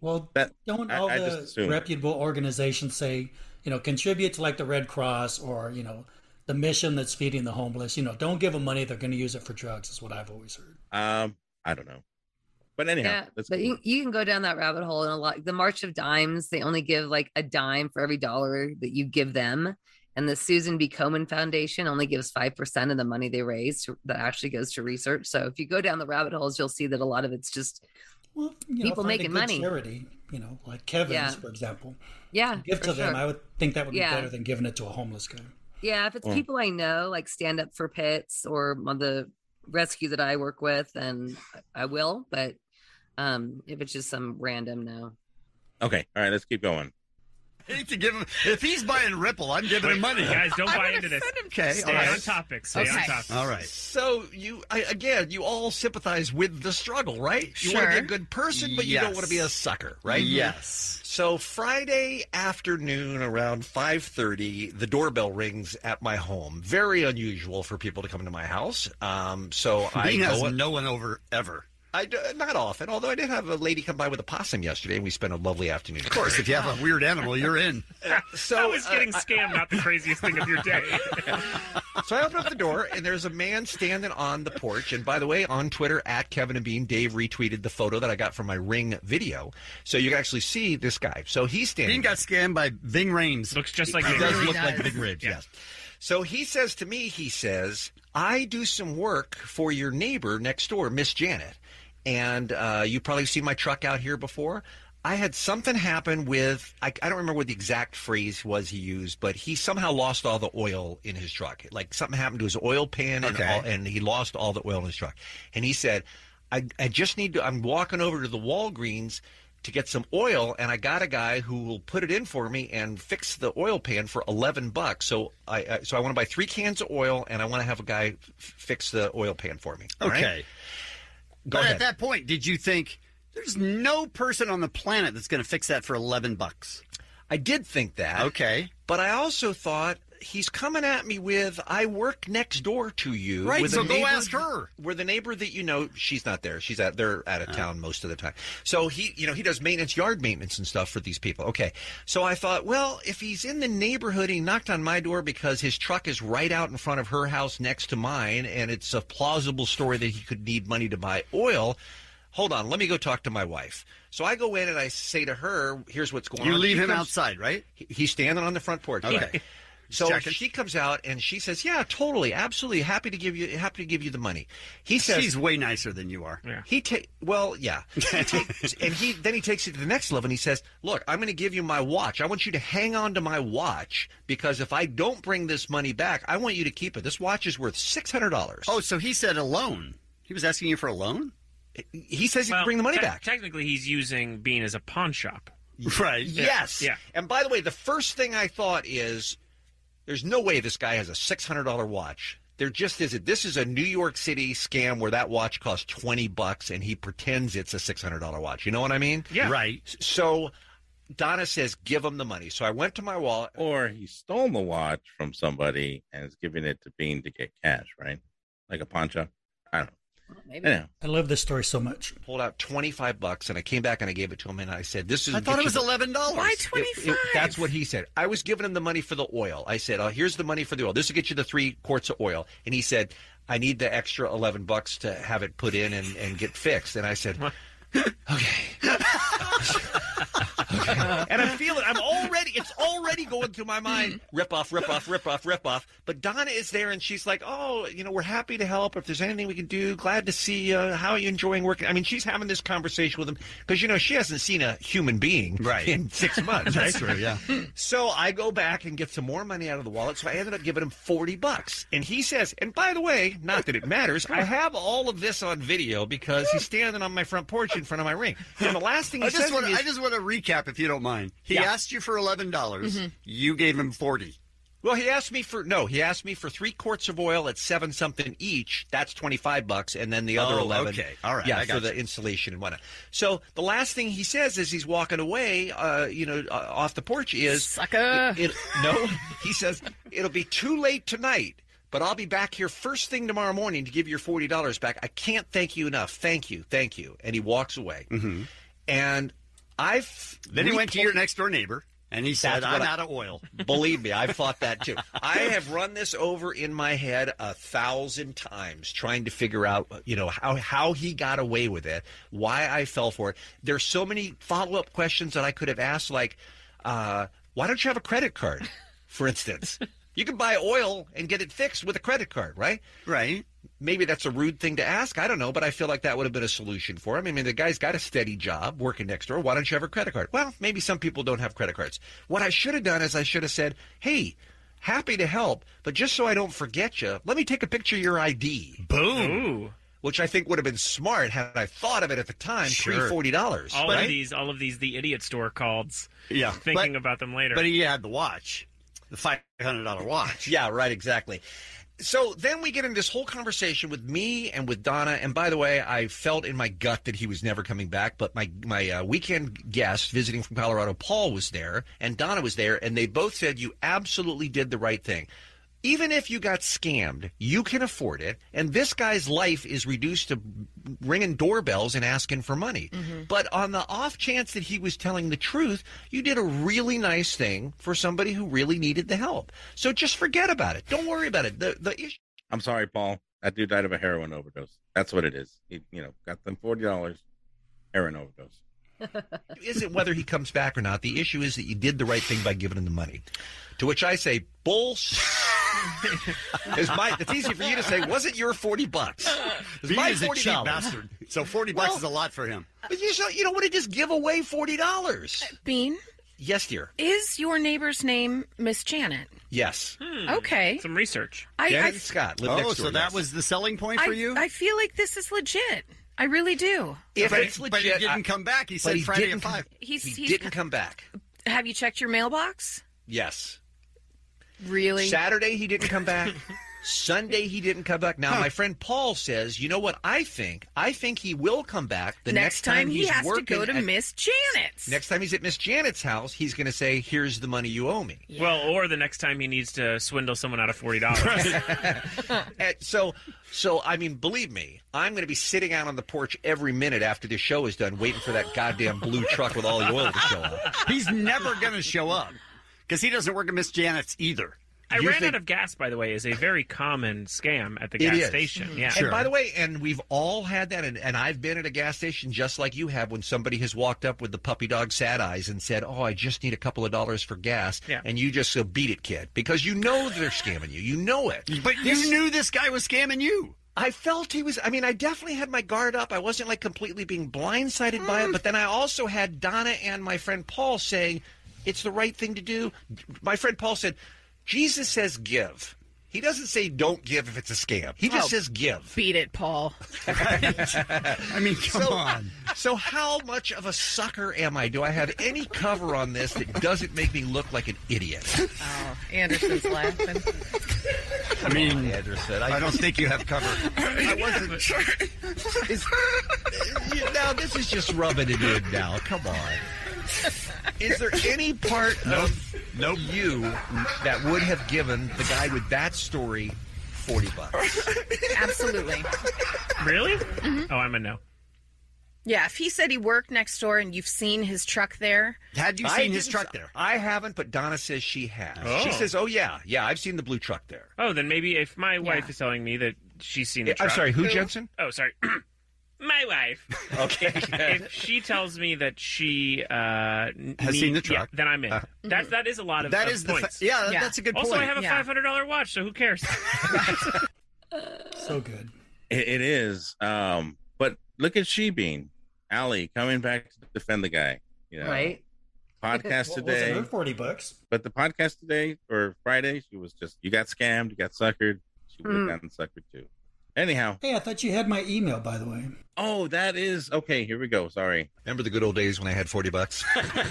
Speaker 8: Well, don't
Speaker 4: I-
Speaker 8: all
Speaker 4: I just
Speaker 8: the
Speaker 4: assumed.
Speaker 8: reputable organizations say, you know, contribute to like the Red Cross or you know the mission that's feeding the homeless? You know, don't give them money; they're going to use it for drugs. Is what I've always heard.
Speaker 4: Um, I don't know, but anyhow,
Speaker 9: Yeah,
Speaker 4: let's
Speaker 9: but you, you can go down that rabbit hole and a lot. The March of Dimes, they only give like a dime for every dollar that you give them, and the Susan B. Komen Foundation only gives five percent of the money they raise to, that actually goes to research. So if you go down the rabbit holes, you'll see that a lot of it's just
Speaker 8: Well, You know,
Speaker 9: people
Speaker 8: find a
Speaker 9: making
Speaker 8: good
Speaker 9: money.
Speaker 8: charity. You know, like Kevin's,
Speaker 9: Yeah.
Speaker 8: for example.
Speaker 9: Yeah,
Speaker 8: Give
Speaker 9: for
Speaker 8: to them.
Speaker 9: sure.
Speaker 8: I would think that would be
Speaker 9: Yeah.
Speaker 8: better than giving it to a homeless guy.
Speaker 9: Yeah, if it's
Speaker 8: Mm.
Speaker 9: people I know, like Stand Up for Pets or on the rescue that I work with, and I will. But um, if it's just some random, no.
Speaker 4: okay, all right, let's keep going.
Speaker 15: I hate to give him. If he's buying Ripple, I'm giving
Speaker 10: Wait, guys, don't buy
Speaker 15: would've
Speaker 10: into this.
Speaker 15: sent him- Okay,
Speaker 10: Stay
Speaker 15: all right.
Speaker 10: on topic, stay on Okay. topic.
Speaker 15: All right.
Speaker 10: So you I, again, you all sympathize with the struggle, right? You want
Speaker 15: Sure.
Speaker 10: to be a good person, but you don't
Speaker 15: Yes.
Speaker 10: want to be a sucker, right?
Speaker 15: Yes.
Speaker 10: So Friday afternoon around 5:30, the doorbell rings at my home. Very unusual for people to come to my house. Um, so I
Speaker 15: Bean has
Speaker 10: go
Speaker 15: no one over ever.
Speaker 10: I d- not often, although I did have a lady come by with a possum yesterday, and we spent a lovely afternoon.
Speaker 15: Of course, if you have a weird animal, you're in.
Speaker 10: so I was
Speaker 15: getting
Speaker 10: scammed, not the craziest thing of your day. so I open up the door, and there's a man standing on the porch. And by the way, on Twitter at Kevin and Bean, Dave retweeted the photo that I got from my Ring video, so you can actually see this guy. So he's standing.
Speaker 15: Bean got scammed by Ving Rames. Looks
Speaker 10: just like
Speaker 15: he
Speaker 10: Ving
Speaker 15: does
Speaker 10: Rhames.
Speaker 15: look
Speaker 10: He
Speaker 15: like
Speaker 10: does.
Speaker 15: Ving Rames.
Speaker 10: Yeah.
Speaker 15: Yes.
Speaker 10: So he says to me, he says, I do some work for your neighbor next door, Miss Janet. And uh, you probably seen my truck out here before. I had something happen with, I, I don't remember what the exact phrase was he used, but he somehow lost all the oil in his truck. Like something happened to his oil pan and, all, and he lost all the oil in his truck. And he said, I, I just need to, I'm walking over to the Walgreens to get some oil and I got a guy who will put it in for me and fix the oil pan for 11 bucks. So I, I so I want to buy 3 cans of oil and I want to have a guy f- fix the oil pan for me. All right?
Speaker 15: Okay. Go
Speaker 24: but
Speaker 15: ahead.
Speaker 24: at that point, did you think there's no person on the planet that's going to fix that for 11 bucks?
Speaker 10: I did think that.
Speaker 24: Okay.
Speaker 10: But I also thought he's coming at me with I work next door to you.
Speaker 24: Right,
Speaker 10: with
Speaker 24: so
Speaker 10: a
Speaker 24: go
Speaker 10: neighbor-
Speaker 24: ask her. Uh.
Speaker 10: With a neighbor that you know, she's not there. She's out. They're out of town most of the time. So he, you know, he does maintenance, yard maintenance, and stuff for these people. Okay. So I thought, well, if he's in the neighborhood, he knocked on my door because his truck is right out in front of her house next to mine, and it's a plausible story that he could need money to buy oil. Hold on, let me go talk to my wife. So I go in and I say to her, "Here's what's going
Speaker 24: You
Speaker 10: on."
Speaker 24: leave
Speaker 10: She
Speaker 24: him
Speaker 10: comes-
Speaker 24: outside, right?
Speaker 10: He- He's standing on the front porch.
Speaker 24: Okay.
Speaker 10: So
Speaker 24: Checking.
Speaker 10: she comes out and she says, "Yeah, totally, absolutely, happy to give you, happy to give you the money." He says,
Speaker 24: She's way nicer than you are.
Speaker 10: He take well, yeah. He takes- and he then he takes it to the next level and he says, "Look, I'm going to give you my watch. I want you to hang on to my watch because if I don't bring this money back, I want you to keep it. This watch is worth six hundred dollars."
Speaker 24: Oh, so he said a loan. He was asking you for a loan?
Speaker 10: He says he
Speaker 17: Well,
Speaker 10: can bring the money
Speaker 17: Um, te-
Speaker 10: back.
Speaker 17: Technically, he's using Bean as a pawn shop.
Speaker 24: Right.
Speaker 10: Yes.
Speaker 17: Yeah.
Speaker 10: And by the way, the first thing I thought is there's no way this guy has a $600 watch. There just isn't. This is a New York City scam where that watch costs 20 bucks and he pretends it's a $600 watch. You know what I mean?
Speaker 17: Yeah.
Speaker 10: Right. So Donna says, give him the money. So I went to my wallet.
Speaker 4: Or he stole the watch from somebody and is giving it to Bean to get cash, right? Like a pawn shop. I don't know.
Speaker 9: Maybe.
Speaker 4: Anyhow,
Speaker 10: I love this story so much. Pulled out 25 bucks and I came back and I gave it to him and I said, this is.
Speaker 24: I thought it was $11. Why
Speaker 10: It- it- That's what he said. I was giving him the money for the oil. I said, "Oh, here's the money for the oil. This will get you the three quarts of oil." And he said, "I need the extra eleven bucks to have it put in and, and get fixed." And I said, "Okay." and I feel it. I'm already. It's already going through my mind. Rip off, rip off, rip off, rip off. But Donna is there, and she's like, "Oh, you know, we're happy to help. If there's anything we can do, glad to see you. How are you enjoying working?" I mean, she's having this conversation with him because you know she hasn't seen a human being
Speaker 24: Right.
Speaker 10: in six months.
Speaker 24: That's
Speaker 10: right?
Speaker 24: true, yeah.
Speaker 10: So I go back and get some more money out of the wallet. So I ended up giving him 40 bucks. And he says, and by the way, not that it matters, I have all of this on video because he's standing on my front porch in front of my ring. And the last thing he
Speaker 24: I just
Speaker 10: says
Speaker 24: want
Speaker 10: to me is,
Speaker 24: I just want to recap if you don't mind. He
Speaker 10: Yeah.
Speaker 24: asked you for eleven dollars.
Speaker 10: Mhm.
Speaker 24: You gave him forty.
Speaker 10: well, he asked me for, no, he asked me for three quarts of oil at seven something each. That's 25 bucks. And then the other
Speaker 24: Oh,
Speaker 10: 11.
Speaker 24: okay. All right,
Speaker 10: Yeah,
Speaker 24: I
Speaker 10: for
Speaker 24: got
Speaker 10: the
Speaker 24: you.
Speaker 10: installation and whatnot. So the last thing he says as he's walking away, uh, you know, uh, off the porch is
Speaker 19: Sucker.
Speaker 10: It, it- no, he says it'll be too late tonight, but I'll be back here first thing tomorrow morning to give your forty dollars back. I can't thank you enough. Thank you, thank you. And he walks away. Mm-hmm. And I've
Speaker 24: Then he went to your next door neighbor and he said,
Speaker 10: That's what
Speaker 24: I'm
Speaker 10: I-
Speaker 24: out of oil.
Speaker 10: Believe me, I've thought that too. I have run this over in my head a thousand times, trying to figure out, you know, how how he got away with it, why I fell for it. There's so many follow up questions that I could have asked, like, uh, why don't you have a credit card, for instance? You can buy oil and get it fixed with a credit card, right?
Speaker 24: Right.
Speaker 10: Maybe that's a rude thing to ask. I don't know, but I feel like that would have been a solution for him. I mean, the guy's got a steady job working next door. Why don't you have a credit card? Well, maybe some people don't have credit cards. What I should have done is I should have said, hey, happy to help, but just so I don't forget you, let me take a picture of your ID. Boom. Which I think would have been smart had I thought of it at the time, pre forty dollars.
Speaker 17: All
Speaker 10: right?
Speaker 17: of these, all of these, the idiot store calls.
Speaker 10: Yeah,
Speaker 17: thinking
Speaker 10: but-
Speaker 17: about them later.
Speaker 10: but
Speaker 24: he had the watch, the five hundred dollar watch.
Speaker 10: yeah, right, exactly. So then we get in this whole conversation with me and with Donna. And by the way, I felt in my gut that he was never coming back. But my my uh, weekend guest visiting from Colorado, Paul, was there, and Donna was there, and they both said you absolutely did the right thing. Even if you got scammed, you can afford it. And this guy's life is reduced to ringing doorbells and asking for money. But on the off chance that he was telling the truth, you did a really nice thing for somebody who really needed the help. So just forget about it. Don't worry about it. The, the issue.
Speaker 4: I'm sorry, Paul. That dude died of a heroin overdose. That's what it is. He, you know, got them forty dollars, heroin overdose.
Speaker 10: isn't whether he comes back or not. The issue is that you did the right thing by giving him the money. To which I say, bullshit. it's, my, it's easy for you to say, was it your 40 bucks? It's
Speaker 24: Bean
Speaker 10: my
Speaker 24: is a cheap
Speaker 10: $40.
Speaker 24: bastard. So forty bucks is a lot for him.
Speaker 10: But you, know, you don't want to just give away
Speaker 2: Uh,
Speaker 10: $40.
Speaker 18: Bean,
Speaker 10: Yes, dear.
Speaker 18: is your neighbor's name Miss Janet?
Speaker 10: Yes.
Speaker 18: Okay.
Speaker 17: Some research.
Speaker 18: I- Janet I-
Speaker 10: Scott
Speaker 24: oh, so that was the selling point for
Speaker 18: I,
Speaker 24: you.
Speaker 18: I feel like this is legit. I really do.
Speaker 24: but, but he didn't come back. He
Speaker 10: but
Speaker 24: said
Speaker 10: he
Speaker 24: Friday
Speaker 10: didn't
Speaker 24: at five.
Speaker 18: He's,
Speaker 10: He
Speaker 18: he's
Speaker 10: didn't come back.
Speaker 18: Have you checked your mailbox?
Speaker 10: Yes.
Speaker 18: Really?
Speaker 10: Saturday, he didn't come back. Sunday he didn't come back. Now my friend Paul says, you know what I think? I think he will come back the next,
Speaker 2: time, he
Speaker 10: he's
Speaker 2: has to
Speaker 10: working
Speaker 2: go to
Speaker 10: at-
Speaker 2: Miss Janet's.
Speaker 10: Next time he's at Miss Janet's house, he's going to say, "Here's the money you owe me."
Speaker 17: Well, or the next time he needs to swindle someone out of forty dollars.
Speaker 10: And so, so I mean, believe me, I'm going to be sitting out on the porch every minute after this show is done, waiting for that goddamn blue truck with all the oil to show up.
Speaker 13: He's
Speaker 10: never
Speaker 13: going to show up because he doesn't work at Miss Janet's either.
Speaker 17: I ran out of gas, by the way, is a very common scam at the
Speaker 10: It
Speaker 17: gas
Speaker 10: is.
Speaker 13: Mm-hmm.
Speaker 17: station. Yeah.
Speaker 10: And by the way, and we've all had that, and, and I've been at a gas station just like you have when somebody has walked up with the puppy dog sad eyes and said, "Oh, I just need a couple of dollars for gas,"
Speaker 13: Yeah.
Speaker 10: and you just go beat it, kid, because you know they're scamming you. You know it.
Speaker 13: But you knew this guy was scamming you.
Speaker 10: I felt he was. I mean, I definitely had my guard up. I wasn't like completely being blindsided by
Speaker 13: Mm.
Speaker 10: it, but then I also had Donna and my friend Paul saying it's the right thing to do. My friend Paul said, "Jesus says give." He doesn't say don't give if it's a scam. He just
Speaker 2: Oh,
Speaker 10: says give.
Speaker 2: Beat it, Paul.
Speaker 10: I
Speaker 13: mean, come on.
Speaker 10: So how much of a sucker am I? Do I have any cover on this that doesn't make me look like an idiot?
Speaker 2: Oh, Anderson's laughing.
Speaker 10: I mean, Anderson, I, don't think you have cover. I wasn't. Is- now this is just rubbing it in. Now, come on. Is there any part of you that would have given the guy with that story forty bucks? Mm-hmm.
Speaker 2: Absolutely.
Speaker 17: Really? Oh, I'm a no.
Speaker 2: Yeah, if he said he worked next door and you've seen his truck there,
Speaker 10: I didn't- I haven't, but Donna says she has. She
Speaker 17: Oh.
Speaker 10: says, "Oh yeah, yeah, I've seen the blue truck there."
Speaker 17: Oh, then maybe if my wife is telling me that she's seen the
Speaker 10: I'm
Speaker 17: truck.
Speaker 10: sorry, who, Jensen?
Speaker 17: Oh, sorry. my wife.
Speaker 10: Okay.
Speaker 17: if she tells me that she uh, has
Speaker 13: Has seen the truck.
Speaker 17: then I'm in.
Speaker 13: Uh-huh.
Speaker 17: that that is a lot of
Speaker 13: That
Speaker 17: of
Speaker 13: is the fa-
Speaker 17: points.
Speaker 13: yeah, Yeah. that's a good
Speaker 17: also,
Speaker 13: point.
Speaker 17: I have a
Speaker 13: Yeah.
Speaker 17: five hundred dollar watch, so who cares?
Speaker 8: So good.
Speaker 4: It, it is. Um, but look at Shebean, Allie coming back to defend the guy. You know,
Speaker 8: Right.
Speaker 4: Podcast
Speaker 8: What was it,
Speaker 4: today,
Speaker 8: her 40 bucks?
Speaker 4: but the podcast today or Friday, she was just you got scammed, you got suckered. She would
Speaker 8: Hmm.
Speaker 4: have gotten suckered too. Anyhow,
Speaker 8: Hey, I thought you had my email, by the way.
Speaker 4: oh, that is okay. Here we go. Sorry.
Speaker 10: Remember the good old days when I had forty bucks. My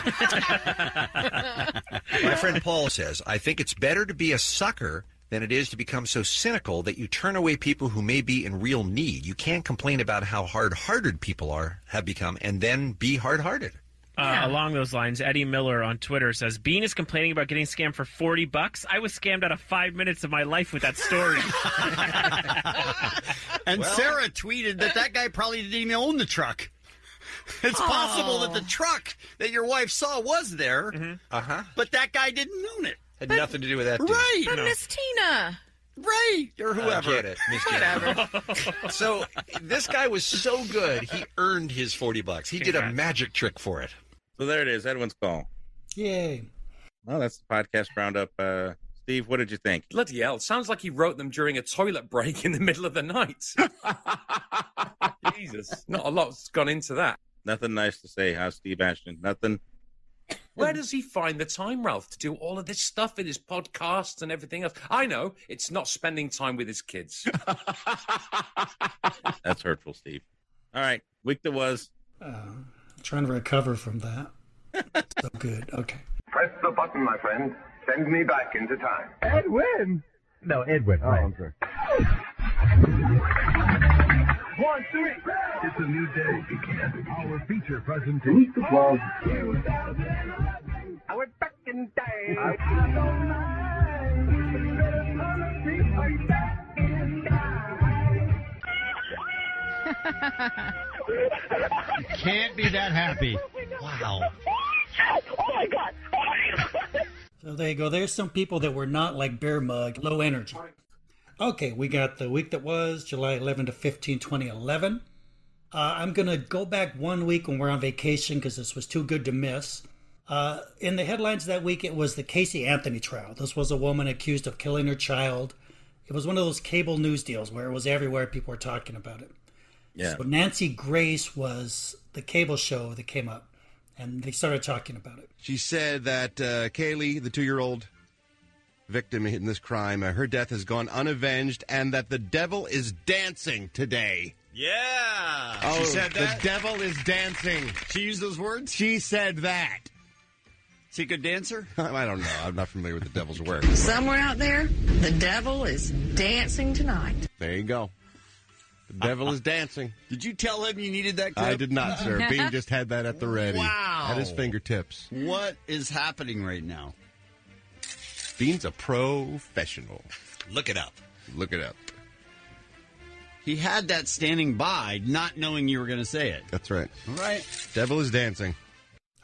Speaker 10: friend Paul says, I think it's better to be a sucker than it is to become so cynical that you turn away people who may be in real need. You can't complain about how hard hearted people are have become and then be hard hearted.
Speaker 17: Uh, along those lines, Eddie Miller on Twitter says Bean is complaining about getting scammed for forty bucks. I was scammed out of five minutes of my life with that story.
Speaker 13: And Sarah tweeted that that guy probably didn't even own the truck. It's possible that the truck that your wife saw was there,
Speaker 24: Mm-hmm.
Speaker 10: Uh
Speaker 24: Uh-huh.
Speaker 10: huh.
Speaker 13: but that guy didn't own it.
Speaker 10: Had nothing to do with that. Dude.
Speaker 13: Right.
Speaker 2: But Miss Tina.
Speaker 13: Right.
Speaker 10: Or whoever.
Speaker 13: I get
Speaker 10: it. so this guy was so good, he earned his 40 bucks. He did a magic trick for it.
Speaker 4: So there it is. Edwin's call.
Speaker 8: Yay.
Speaker 4: Well, that's the podcast roundup. Uh, Steve, what did you think?
Speaker 18: Bloody hell. Sounds like he wrote them during a toilet break in the middle of the night. Jesus. Not a lot's gone into that.
Speaker 4: Nothing nice to say, huh, Steve Ashton? Nothing.
Speaker 18: Where does he find the time, Ralph, to do all of this stuff in his podcasts and everything else? I know it's not spending time with his kids.
Speaker 4: That's hurtful, Steve. All right, week that was.
Speaker 8: trying to recover from that. so good. Okay.
Speaker 27: Press the button, my friend. Send me back into time.
Speaker 11: Edwin. No, Edwin. Oh, I'm sorry. One, two, three. It's a new day begins. Our feature presentation. Week of
Speaker 27: I went back in time.
Speaker 13: Oh Can't be that happy. Wow. Oh my god.
Speaker 8: So there you go. There's some people that were not like Bear Mug, low energy. Okay, we got the week that was July 11 to 15, 2011. Uh, I'm going to go back one week when we're on vacation because this was too good to miss. Uh, in the headlines that week, it was the Casey Anthony trial. This was a woman accused of killing her child. It was one of those cable news deals where it was everywhere. People were talking about it.
Speaker 4: Yeah.
Speaker 8: So Nancy Grace was the cable show that came up, and they started talking about it.
Speaker 12: She said that uh, Kaylee, the two year old victim in this crime, uh, her death has gone unavenged and that the devil is dancing today.
Speaker 13: Yeah.
Speaker 12: Oh,
Speaker 13: she said that.
Speaker 12: The devil is dancing.
Speaker 13: She used those words?
Speaker 12: She said that. Is he a good dancer? I don't know. I'm not familiar with the devil's work.
Speaker 9: Somewhere out there, the devil is dancing tonight.
Speaker 12: There you go. The devil is dancing.
Speaker 13: Did you tell him you needed that?
Speaker 12: I did not, sir. Bean just had that at the ready.
Speaker 13: Wow.
Speaker 12: At his fingertips.
Speaker 13: What is happening right now?
Speaker 12: Bean's a professional.
Speaker 13: Look it up.
Speaker 12: Look it up.
Speaker 13: He had that standing by, not knowing you were going to say it.
Speaker 12: That's right.
Speaker 13: All right.
Speaker 12: Devil is dancing.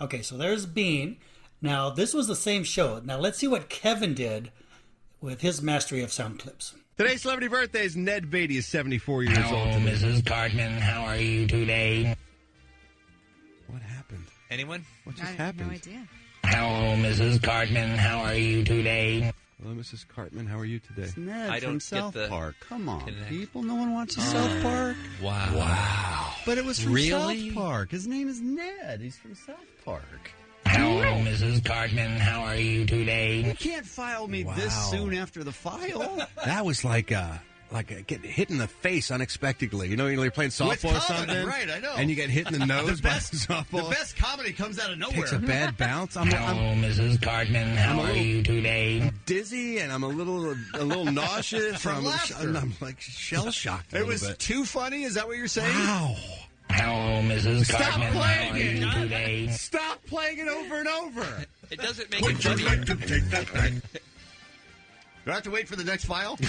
Speaker 8: Okay, so there's Bean. Now, this was the same show. Now, let's see what Kevin did with his mastery of sound clips.
Speaker 12: Today's celebrity birthday is Ned Beatty is 74 years
Speaker 8: Hello,
Speaker 12: old. today.
Speaker 8: Mrs. Cartman. How are you today?
Speaker 12: What happened?
Speaker 28: Anyone?
Speaker 12: What just happened?
Speaker 10: idea. Hello, Mrs. Cartman. How are you today?
Speaker 12: Hello, Mrs. Cartman. How are you today?
Speaker 13: Ned
Speaker 10: I
Speaker 13: from
Speaker 10: don't get
Speaker 13: South
Speaker 10: the
Speaker 13: Park. Come on,
Speaker 10: connect.
Speaker 13: people. No one watches South Park.
Speaker 28: Wow. Wow.
Speaker 13: But it was from
Speaker 28: Really?
Speaker 13: South Park. His name is Ned. He's from South Park.
Speaker 10: Hello, Mrs. Cartman. How are you
Speaker 13: You
Speaker 10: today?
Speaker 13: can't file me this
Speaker 12: Wow.
Speaker 13: soon after the file.
Speaker 12: That was like uh like uh, get hit in the face unexpectedly. You know, you're playing
Speaker 13: With
Speaker 12: softball or
Speaker 13: comedy,
Speaker 12: something,
Speaker 13: right, I know.
Speaker 12: And you get hit in the nose
Speaker 13: The
Speaker 12: by
Speaker 13: best-
Speaker 12: the softball.
Speaker 13: The best comedy comes out of nowhere.
Speaker 12: Takes a bad bounce. I'm,
Speaker 10: Hello,
Speaker 12: I'm
Speaker 10: Mrs. Cartman. How
Speaker 12: I'm a
Speaker 10: are
Speaker 12: little-
Speaker 10: you today?
Speaker 12: dizzy and I'm a little a little nauseous.
Speaker 13: From
Speaker 12: I'm,
Speaker 13: laughter.
Speaker 12: I'm, I'm, like shell shocked.
Speaker 13: It was too funny. Is that what you're saying?
Speaker 12: Wow.
Speaker 10: Hello, Mrs.
Speaker 13: Stop
Speaker 10: Cartman. How
Speaker 13: playing
Speaker 10: are
Speaker 13: it.
Speaker 10: you today?
Speaker 13: Stop playing it over and over.
Speaker 10: It doesn't make
Speaker 13: Would you like to take that back? Do I have to wait for the next file?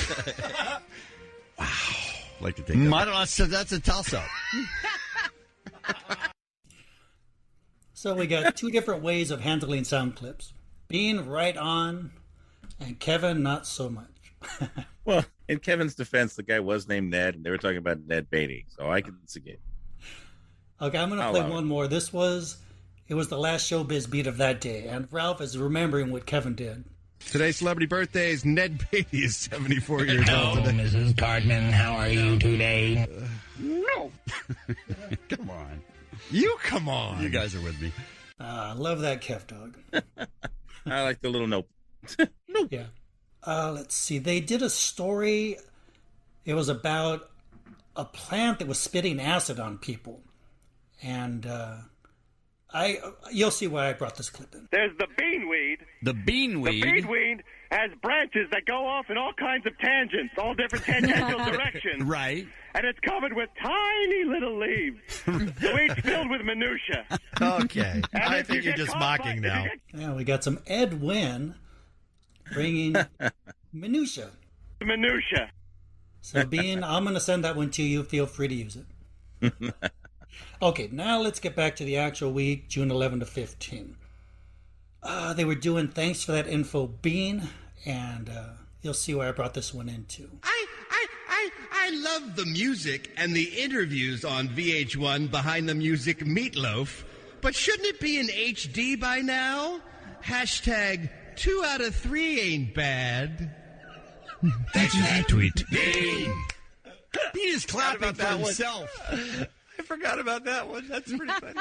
Speaker 12: like to
Speaker 13: Mm, I don't know. So that's a toss up.
Speaker 8: So we got two different ways of handling sound clips. Bean right on, and Kevin not so much.
Speaker 4: Well, in Kevin's defense, the guy was named Ned, and they were talking about Ned Beatty, so I can see it.
Speaker 8: Okay, I'm gonna
Speaker 4: I'll
Speaker 8: play
Speaker 4: allow it.
Speaker 8: one more. This was it was the last showbiz beat of that day, and Ralph is remembering what Kevin did.
Speaker 12: Today's celebrity birthday is Ned Beatty is 74 years
Speaker 10: Hello,
Speaker 12: old today.
Speaker 10: Mrs. Cartman. How are you today?
Speaker 13: no. come on.
Speaker 12: You come on.
Speaker 13: You guys are with me.
Speaker 8: Uh, I love that Kev dog.
Speaker 4: I like the little nope.
Speaker 8: Yeah. Uh, let's see. They did a story. It was about a plant that was spitting acid on people, and uh, I you'll see why I brought this clip in.
Speaker 11: There's the beanweed.
Speaker 13: The beanweed.
Speaker 11: The beanweed has branches that go off in all kinds of tangents, all different tangential directions.
Speaker 13: Right.
Speaker 11: And it's covered with tiny little leaves, so each filled with minutia.
Speaker 13: Okay.
Speaker 11: And
Speaker 13: I
Speaker 11: if
Speaker 13: think
Speaker 11: you
Speaker 13: you're
Speaker 11: get
Speaker 13: just
Speaker 11: caught
Speaker 13: mocking
Speaker 11: by- if
Speaker 13: now.
Speaker 11: you
Speaker 8: Yeah, we got some Ed Wynn bringing minutia.
Speaker 11: get Minutia.
Speaker 8: So, Bean, I'm going to send that one to you. Feel free to use it. Okay, now let's get back to the actual week, June 11 to 15. Uh, they were doing thanks for that info, Bean, and uh, you'll see why I brought this one in too.
Speaker 12: I, I, I, I love the music and the interviews on VH1 Behind the Music Meatloaf, but shouldn't it be in HD by now? Hashtag two out of three ain't bad. Thanks for that tweet.
Speaker 13: He is clapping for himself.
Speaker 12: I forgot about that one. That's pretty funny.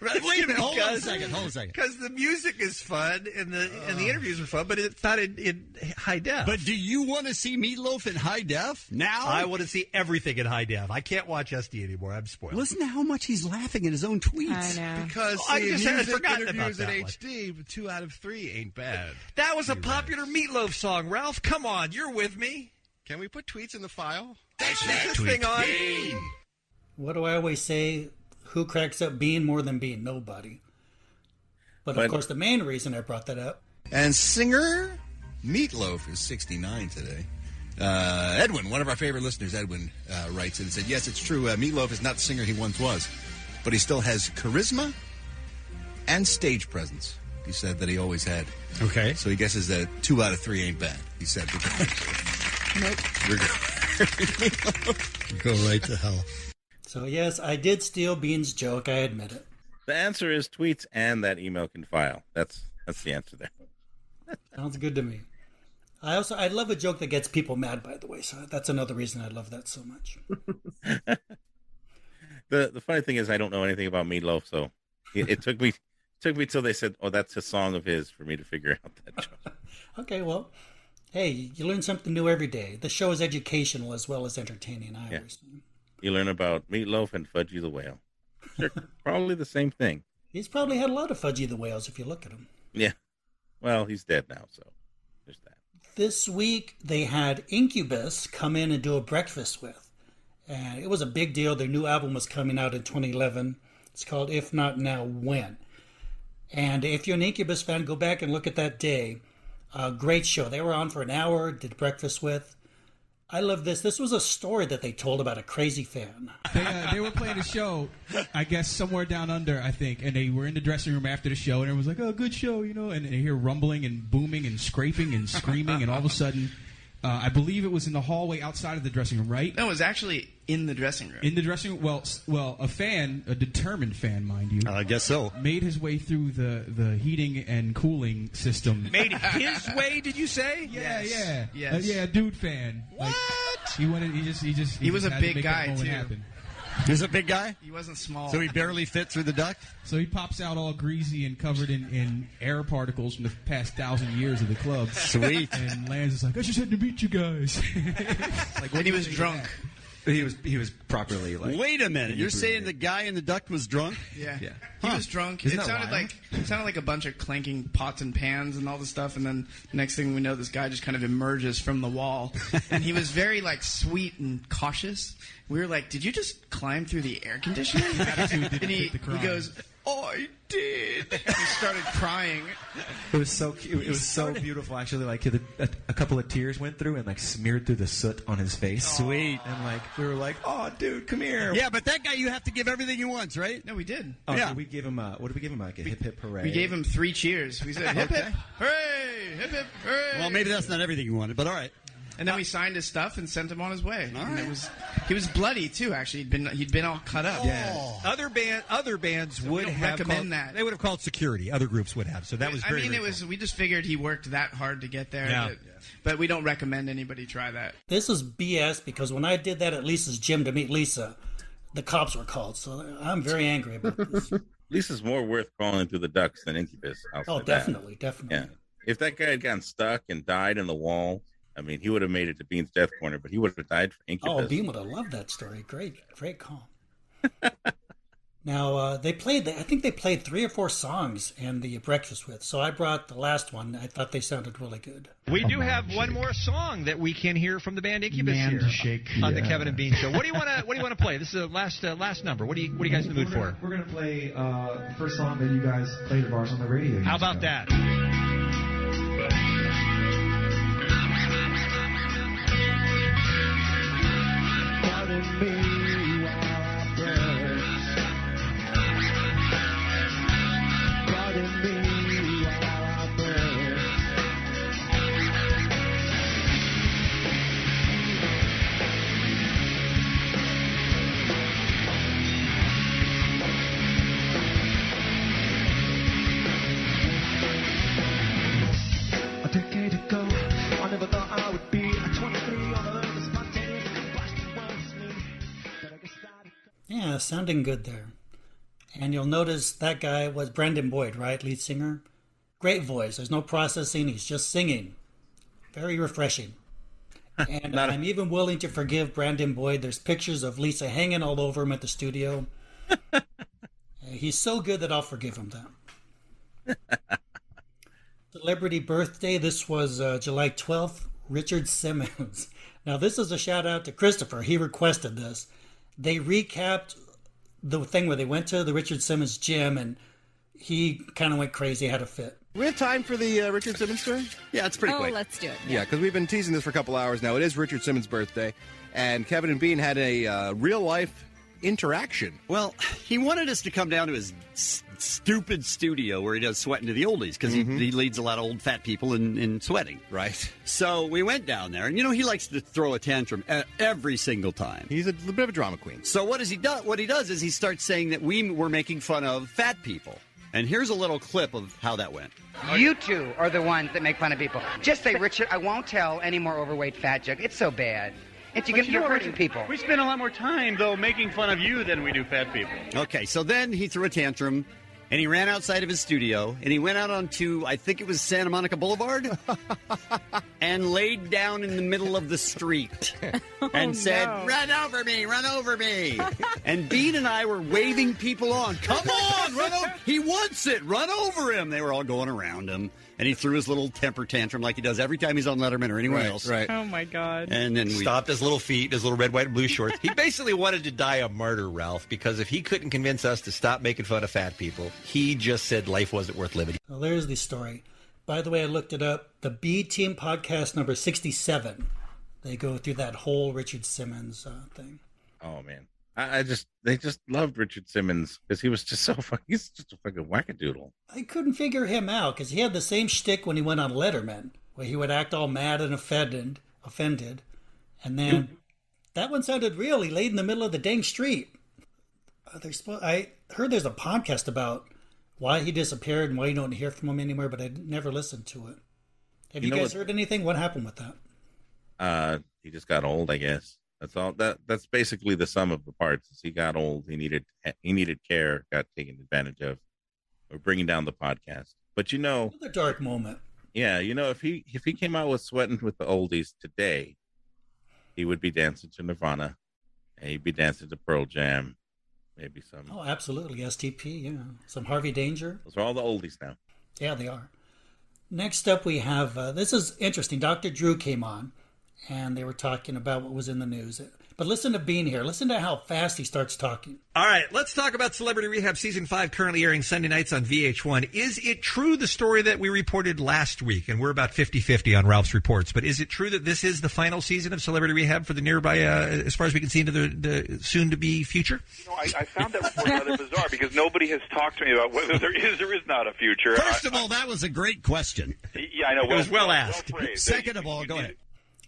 Speaker 13: Wait a minute. Hold on a
Speaker 10: Because-
Speaker 13: second. Hold on a second.
Speaker 10: Because the music is fun and the and the interviews are fun, but it's not in, in high def.
Speaker 13: But do you want to see Meatloaf in high def now?
Speaker 10: I want to see everything in high def. I can't watch SD anymore. I'm spoiled.
Speaker 13: Listen to how much he's laughing at his own tweets.
Speaker 12: Because
Speaker 10: I
Speaker 12: the
Speaker 10: just had
Speaker 12: music
Speaker 10: forgotten about
Speaker 12: interviews in
Speaker 10: that one.
Speaker 12: HD, but two out of three ain't bad.
Speaker 10: That was a popular Meatloaf song, Ralph. Come on, you're with me.
Speaker 12: Can we put tweets in the file?
Speaker 10: this thing on.
Speaker 8: What do I always say? Who cracks up Bean more than Bean? Nobody. But of
Speaker 10: But-
Speaker 8: course, the main reason I brought that up
Speaker 29: And singer Meatloaf is 69 today. Uh, Edwin, one of our favorite listeners, Edwin, uh, writes in and said, Yes, it's true. Uh, Meatloaf is not the singer he once was, but he still has charisma and stage presence. He said that he always had. Okay. So he guesses that two out of three ain't bad, he said.
Speaker 11: Nope.
Speaker 29: We're good.
Speaker 13: Go right to hell.
Speaker 8: So yes, I did steal Bean's joke. I admit it.
Speaker 4: The answer is tweets and that email can file. That's that's the answer there.
Speaker 8: Sounds good to me. I also I love a joke that gets people mad. By the way, so that's another reason I love that so much.
Speaker 4: The the funny thing is I don't know anything about Meatloaf, so it, it took me took me till they said, "Oh, that's a song of his" for me to figure out that joke.
Speaker 8: Okay, well, hey, you learn something new every day. The show is educational as well as entertaining. I
Speaker 4: Yeah.
Speaker 8: always
Speaker 4: You learn about Meatloaf and Fudgy the Whale. They're probably the same thing.
Speaker 8: He's probably had a lot of Fudgy the Whales if you look at him.
Speaker 4: Yeah. Well, he's dead now, so.
Speaker 8: This week they had Incubus come in and do a breakfast with. And it was a big deal. Their new album was coming out in 2011. It's called If Not Now, When. And if you're an Incubus fan, go back and look at that day. A great show. They were on for an hour, did breakfast with. I love this. This was a story that they told about a crazy fan.
Speaker 1: They, uh, they were playing a show, I guess somewhere down under, I think, and they were in the dressing room after the show, and everyone was like, "Oh, good show," you know, and they hear rumbling and booming and scraping and screaming, and all of a sudden, uh, I believe it was in the hallway outside of the dressing room, right?
Speaker 5: No, it was actually in the dressing room.
Speaker 1: In the dressing room, well, s- well, a fan, a determined fan, mind you, I guess so, made his way through the the heating and cooling system.
Speaker 13: Made his way, did you say?
Speaker 1: Yeah, yeah,
Speaker 13: Yes.
Speaker 1: Uh, yeah, dude, fan. What? he wanted. He just. He just.
Speaker 5: He was
Speaker 1: just
Speaker 5: a
Speaker 1: had to
Speaker 5: big
Speaker 1: make that
Speaker 5: guy,
Speaker 1: moment
Speaker 5: too.
Speaker 1: happen.
Speaker 5: He was a big guy? He wasn't small. So he
Speaker 1: barely fit through the duct. So he pops out all greasy and covered in, in air particles from the past thousand years of the club.
Speaker 5: Sweet.
Speaker 1: And Lance is like, I just had to meet you guys.
Speaker 5: like when he was drunk.
Speaker 7: He was he was properly like.
Speaker 5: Wait a minute, you're saying
Speaker 7: the guy in the duct was drunk?
Speaker 5: Yeah.
Speaker 7: Yeah.
Speaker 5: He was drunk.
Speaker 7: Isn't
Speaker 5: it
Speaker 7: that
Speaker 5: sounded
Speaker 7: wild?
Speaker 5: like it sounded like a bunch of clanking pots and pans and all this stuff and then next thing we know this guy just kind of emerges from the wall and he was very like sweet and cautious. We were like, "Did you just climb through the air conditioner?" and he, he goes, "I did." he started crying.
Speaker 7: It was so cute. It was so beautiful, actually. Like the, a, a couple of tears went through and like smeared through the soot on his face. Sweet. And like we were like, oh, dude, come here.
Speaker 5: Yeah, but that guy you have to give everything he wants, right? No, we did.
Speaker 7: Oh,
Speaker 5: yeah.
Speaker 7: so we gave him a what did we give him like a hip hip hooray?
Speaker 5: We gave him three cheers. We said, hip
Speaker 7: Okay.
Speaker 5: hip, hooray, hip hip, hooray. Well, maybe that's not everything you wanted, but all right. And then we signed his stuff and sent him on his way. and it was he was bloody too. Actually, he'd been he'd been all cut up.
Speaker 7: Yeah. Other band, other bands would
Speaker 5: don't
Speaker 7: have
Speaker 5: recommend
Speaker 7: called-
Speaker 5: that.
Speaker 7: They would have called security. Other groups would have. So that was.
Speaker 5: I
Speaker 7: very,
Speaker 5: mean,
Speaker 7: very
Speaker 5: it was we just figured he worked that hard to get there.
Speaker 7: Yeah.
Speaker 5: But, but we don't recommend anybody try that.
Speaker 8: This is BS because when I did that at Lisa's gym to meet Lisa, the cops were called. So I'm very angry about this.
Speaker 4: Lisa's more worth crawling through the ducks than Incubus. I'll
Speaker 8: Oh,
Speaker 4: say that.
Speaker 8: definitely, definitely.
Speaker 4: Yeah. If that guy had gotten stuck and died in the wall, I mean, he would have made it to Bean's death corner, but he would have died for Incubus.
Speaker 8: Oh, Bean would have loved that story. Great, great call. now uh, they played. I think they played three or four songs in the breakfast with. So I brought the last one. I thought they sounded really good.
Speaker 7: We do have one more song that we can hear from the band Incubus
Speaker 8: Man
Speaker 7: here
Speaker 8: shake.
Speaker 7: on the
Speaker 8: Yeah.
Speaker 7: Kevin and Bean Show. What do you want to What do you want to play? This is the last uh, last number. What do you What are you guys in the mood for?
Speaker 14: We're gonna- We're gonna play uh, the first song that you guys played of ours on the radio.
Speaker 7: How about that?
Speaker 14: A decade ago, I never thought I would be at 23 on a earth, spontaneous combustion was me. But I guess that
Speaker 8: Yeah, sounding good there. And you'll notice that guy was Brandon Boyd, right? Lead singer. Great voice. There's no processing. He's just singing. Very refreshing. And i I'm even willing to forgive Brandon Boyd. There's pictures of Lisa hanging all over him at the studio. Uh, He's so good that I'll forgive him that. Celebrity birthday. This was uh, July 12th. Richard Simmons. Now, this is a shout out to Christopher. He requested this. They recapped the thing where they went to the Richard Simmons gym and he kind of went crazy, had a fit.
Speaker 25: We have time for the uh, Richard Simmons story? Yeah, it's pretty
Speaker 30: oh,
Speaker 25: quick.
Speaker 30: let's do it.
Speaker 25: Yeah, because we've been teasing this for a couple hours now. It is Richard Simmons' birthday, and Kevin and Bean had a uh, real life interaction.
Speaker 5: Well,
Speaker 25: he
Speaker 5: wanted
Speaker 25: us
Speaker 5: to
Speaker 25: come
Speaker 5: down
Speaker 25: to
Speaker 5: his
Speaker 25: s-
Speaker 5: stupid
Speaker 25: studio
Speaker 5: where he
Speaker 25: does
Speaker 5: sweat
Speaker 25: into
Speaker 5: the oldies
Speaker 25: because
Speaker 5: he, he leads a lot of old fat people in, in sweating.
Speaker 25: Mm-hmm. Right.
Speaker 5: So we went down there, and you know he likes to throw a tantrum e- every single time.
Speaker 25: He's a little bit of a drama queen.
Speaker 5: So what does he do? What he does is he starts saying that we were making fun of fat people. And here's a little clip of how that went.
Speaker 31: You two are the ones that make fun of people. Just say, Richard, I won't tell any more overweight fat joke. It's so bad. It's, you
Speaker 5: But
Speaker 31: get,
Speaker 5: you
Speaker 31: you're
Speaker 5: know,
Speaker 31: hurting
Speaker 5: Richard,
Speaker 31: people.
Speaker 5: we
Speaker 31: spend a lot more
Speaker 5: time, though, making fun of you than we do fat people. Okay, so then he threw a tantrum,
Speaker 13: And he ran outside of his studio and he went out onto, I think it was Santa Monica Boulevard, and laid down in the middle of the street
Speaker 11: Oh,
Speaker 13: and
Speaker 30: Oh,
Speaker 13: said, Run over me, run over me. and Bean and I were waving people on. Come on, run over. He wants it. Run over him. They were all going around him. And he threw his little temper tantrum like he does every time he's on Letterman or anywhere else.
Speaker 5: Oh my god.
Speaker 13: And then we-
Speaker 32: stopped his little feet, his little red, white, and blue shorts. He basically wanted to die a martyr, Ralph, because if he couldn't convince us to stop making fun of fat people, he just said life wasn't worth living.
Speaker 8: Well, there's the story. By the way, I looked it up. The B Team podcast number 67. They go through that whole Richard Simmons uh, thing.
Speaker 4: Oh man, I, I just they just loved Richard Simmons because he was just so fucking he's just a fucking wackadoodle.
Speaker 8: I couldn't figure him out because he had the same shtick when he went on Letterman, where he would act all mad and offended, offended, and then that one sounded real. He laid in the middle of the dang street. Uh, there's, spo- I heard there's a podcast about why he disappeared and why you don't hear from him anymore, but I never listened to it. Have
Speaker 4: You
Speaker 8: you,
Speaker 4: know
Speaker 8: guys
Speaker 4: what-
Speaker 8: heard anything? What happened with that?
Speaker 4: Uh, he just got old, I guess. That's all. That that's basically the sum of the parts. Is he got old. He needed he needed care. Got taken advantage of. We're bringing down the podcast, but you know,
Speaker 8: Another dark moment.
Speaker 4: yeah, you know, if he if he came out with sweating with the oldies today, he would be dancing to Nirvana, and he'd be dancing to Pearl Jam, maybe some.
Speaker 8: Oh, absolutely. STP, yeah. Some Harvey Danger.
Speaker 4: Those are all the oldies now.
Speaker 8: Yeah, they are. Next up, we have uh, this is interesting. Dr. Drew came on and they were talking about what was in the news. But listen to Bean here. Listen to how fast he starts talking.
Speaker 10: All right, let's talk about Celebrity Rehab Season 5 currently airing Sunday nights on VH1. Is it true the story that we reported last week? And we're about 50 50 on Ralph's reports, but is it true that this is the final season of Celebrity Rehab for the nearby, uh, as far as we can see into the, the soon to be future?
Speaker 11: You know, I, I found that report rather bizarre because nobody has talked to me about whether there is or is not a future.
Speaker 13: First of all, that was a great question.
Speaker 11: I, yeah, I know.
Speaker 13: It was well asked.
Speaker 11: phrased.
Speaker 13: Second of all, go ahead.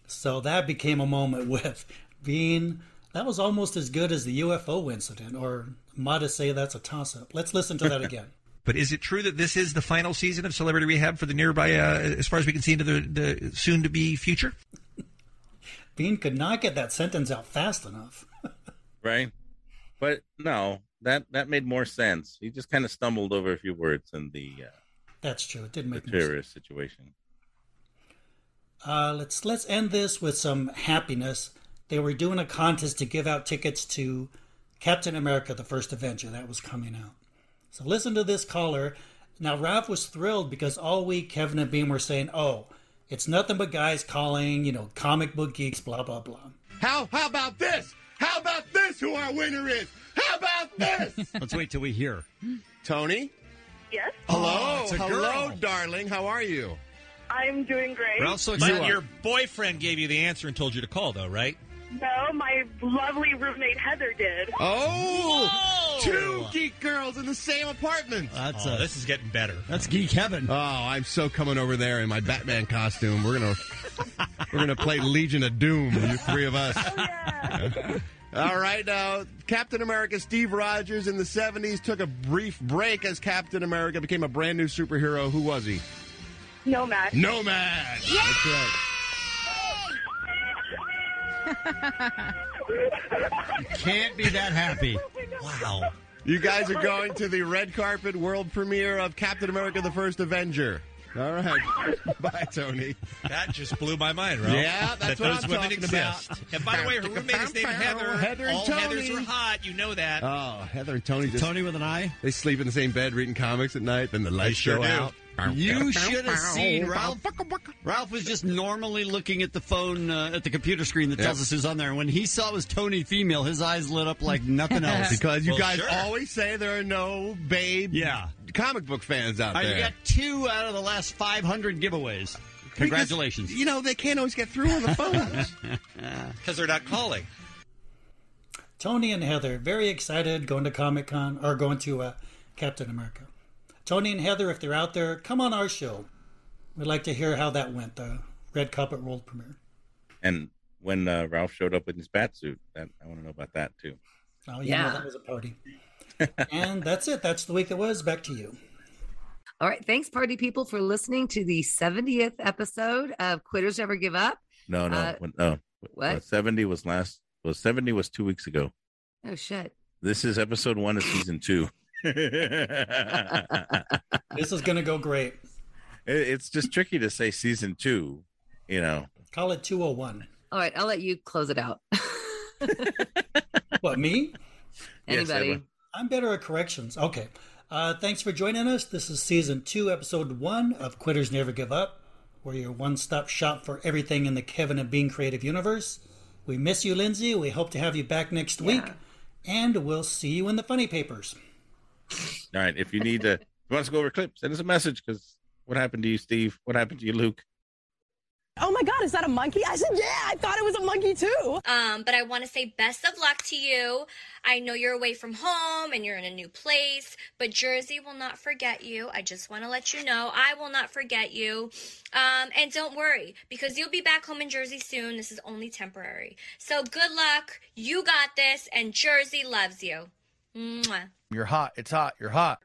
Speaker 8: So that became a moment with Bean. That was almost as good as the UFO incident, or Mata say that's a toss up. Let's listen to that again.
Speaker 10: But is it true that this is the final season of Celebrity Rehab for the nearby, uh, as far as we can see into the, the soon to be future?
Speaker 8: Bean could not get that sentence out fast enough.
Speaker 4: right? But no, that that made more sense. He just kind of stumbled over a few words in the uh,
Speaker 8: That's true. It didn't
Speaker 4: the
Speaker 8: make no sense.
Speaker 4: terrorist situation.
Speaker 8: Uh, let's let's end this with some happiness. They were doing a contest to give out tickets to Captain America: The First Avenger that was coming out. So listen to this caller. Now Ralph was thrilled because all week Kevin and Beam were saying, "Oh, it's nothing but guys calling, you know, comic book geeks, blah blah blah."
Speaker 33: How how about this? How about this? Who our winner is? How about this?
Speaker 13: Let's wait till we hear. Oh,
Speaker 12: Tony?
Speaker 9: Yes.
Speaker 12: Hello.
Speaker 13: it's a
Speaker 12: Hello,
Speaker 13: girl.
Speaker 12: darling. How are you?
Speaker 9: I'm doing great.
Speaker 12: are.
Speaker 6: your boyfriend gave you the answer and told you to call, though, right?
Speaker 9: No, my lovely roommate Heather did.
Speaker 12: Oh, two geek girls in the same apartment.
Speaker 6: That's, Oh, uh, this is getting better.
Speaker 12: That's geek heaven. Oh, I'm so coming over there in my Batman costume. We're gonna we're gonna play Legion of Doom. You three of us. All right, now Captain America Steve Rogers in the 70s took a brief break as Captain America became a brand new superhero. Who was he?
Speaker 9: Nomad.
Speaker 12: Nomad. That's right. Can't be that happy. Wow. You guys are going to the red carpet world premiere of Captain America the First Avenger. All right. Bye, Tony.
Speaker 32: That just blew my mind, Ralph.
Speaker 12: Yeah, that's
Speaker 32: that
Speaker 12: what
Speaker 32: those
Speaker 12: I'm
Speaker 32: women
Speaker 12: talking
Speaker 32: exist.
Speaker 12: about.
Speaker 32: And by the way, her roommate is named Heather.
Speaker 12: Heather and
Speaker 32: All
Speaker 12: Tony.
Speaker 32: Heathers are hot. You know that.
Speaker 12: Oh, Heather and Tony. Just,
Speaker 32: Tony
Speaker 12: with an eye? They sleep in the same bed reading comics at night, then the lights
Speaker 13: sure
Speaker 12: go
Speaker 13: do.
Speaker 12: out.
Speaker 13: You should have seen Ralph. Ralph was just normally looking at the phone uh, at the computer screen that tells
Speaker 12: Yep.
Speaker 13: us who's on there. And when he saw it was Tony female, his eyes lit up like nothing else
Speaker 12: Because you guys always say there are no babe
Speaker 13: Yeah.
Speaker 12: comic book fans out
Speaker 13: All right,
Speaker 12: there.
Speaker 13: you got two out of the last 500 giveaways. Congratulations.
Speaker 12: you know, they can't always get through on the phone.
Speaker 32: Because they're not calling.
Speaker 8: Tony and Heather very excited going to Comic Con or going to uh, Captain America. Tony and Heather, if they're out there, come on our show. We'd like to hear how that went. The Red Carpet World Premiere.
Speaker 4: And when uh, Ralph showed up in his bat suit, that, I want to know about that too.
Speaker 8: Oh yeah,
Speaker 9: Yeah.
Speaker 8: that was a party. and that's it. That's the week that was. Back to you.
Speaker 9: All right. Thanks, party people, for listening to the 70th episode of Quitters Never Give Up.
Speaker 4: No, no,
Speaker 9: Uh,
Speaker 4: when- no.
Speaker 9: what?
Speaker 4: Uh, Seventy was last. Was seventy was two weeks ago.
Speaker 9: Oh, shit.
Speaker 4: This is episode one of season two.
Speaker 8: This is going to go great.
Speaker 4: it's just tricky to say season two, you know.
Speaker 8: Call it 201.
Speaker 6: All right, I'll let you close it out.
Speaker 8: What, me?
Speaker 6: Yes, Anybody. Edwin.
Speaker 8: I'm better at corrections. Okay. Uh, thanks for joining us. This is season two, episode one of Quitters Never Give Up. We're your one stop shop for everything in the Kevin and Bean creative universe. We miss you, Lindsay. We hope to have you back next week. And we'll see you in the funny papers.
Speaker 4: All right. If you need to, if you want us to go over a clip, send us a message because what happened to you, Steve? What happened to you, Luke?
Speaker 2: Oh my God, is that a monkey? I said, yeah, I thought it was a monkey too.
Speaker 3: Um, but I want to say best of luck to you. I know you're away from home and you're in a new place, but Jersey will not forget you. I just want to let you know I will not forget you. Um, and don't worry because you'll be back home in Jersey soon. This is only temporary. So good luck. You got this, and Jersey loves you. Mwah.
Speaker 10: You're hot. It's hot. You're hot.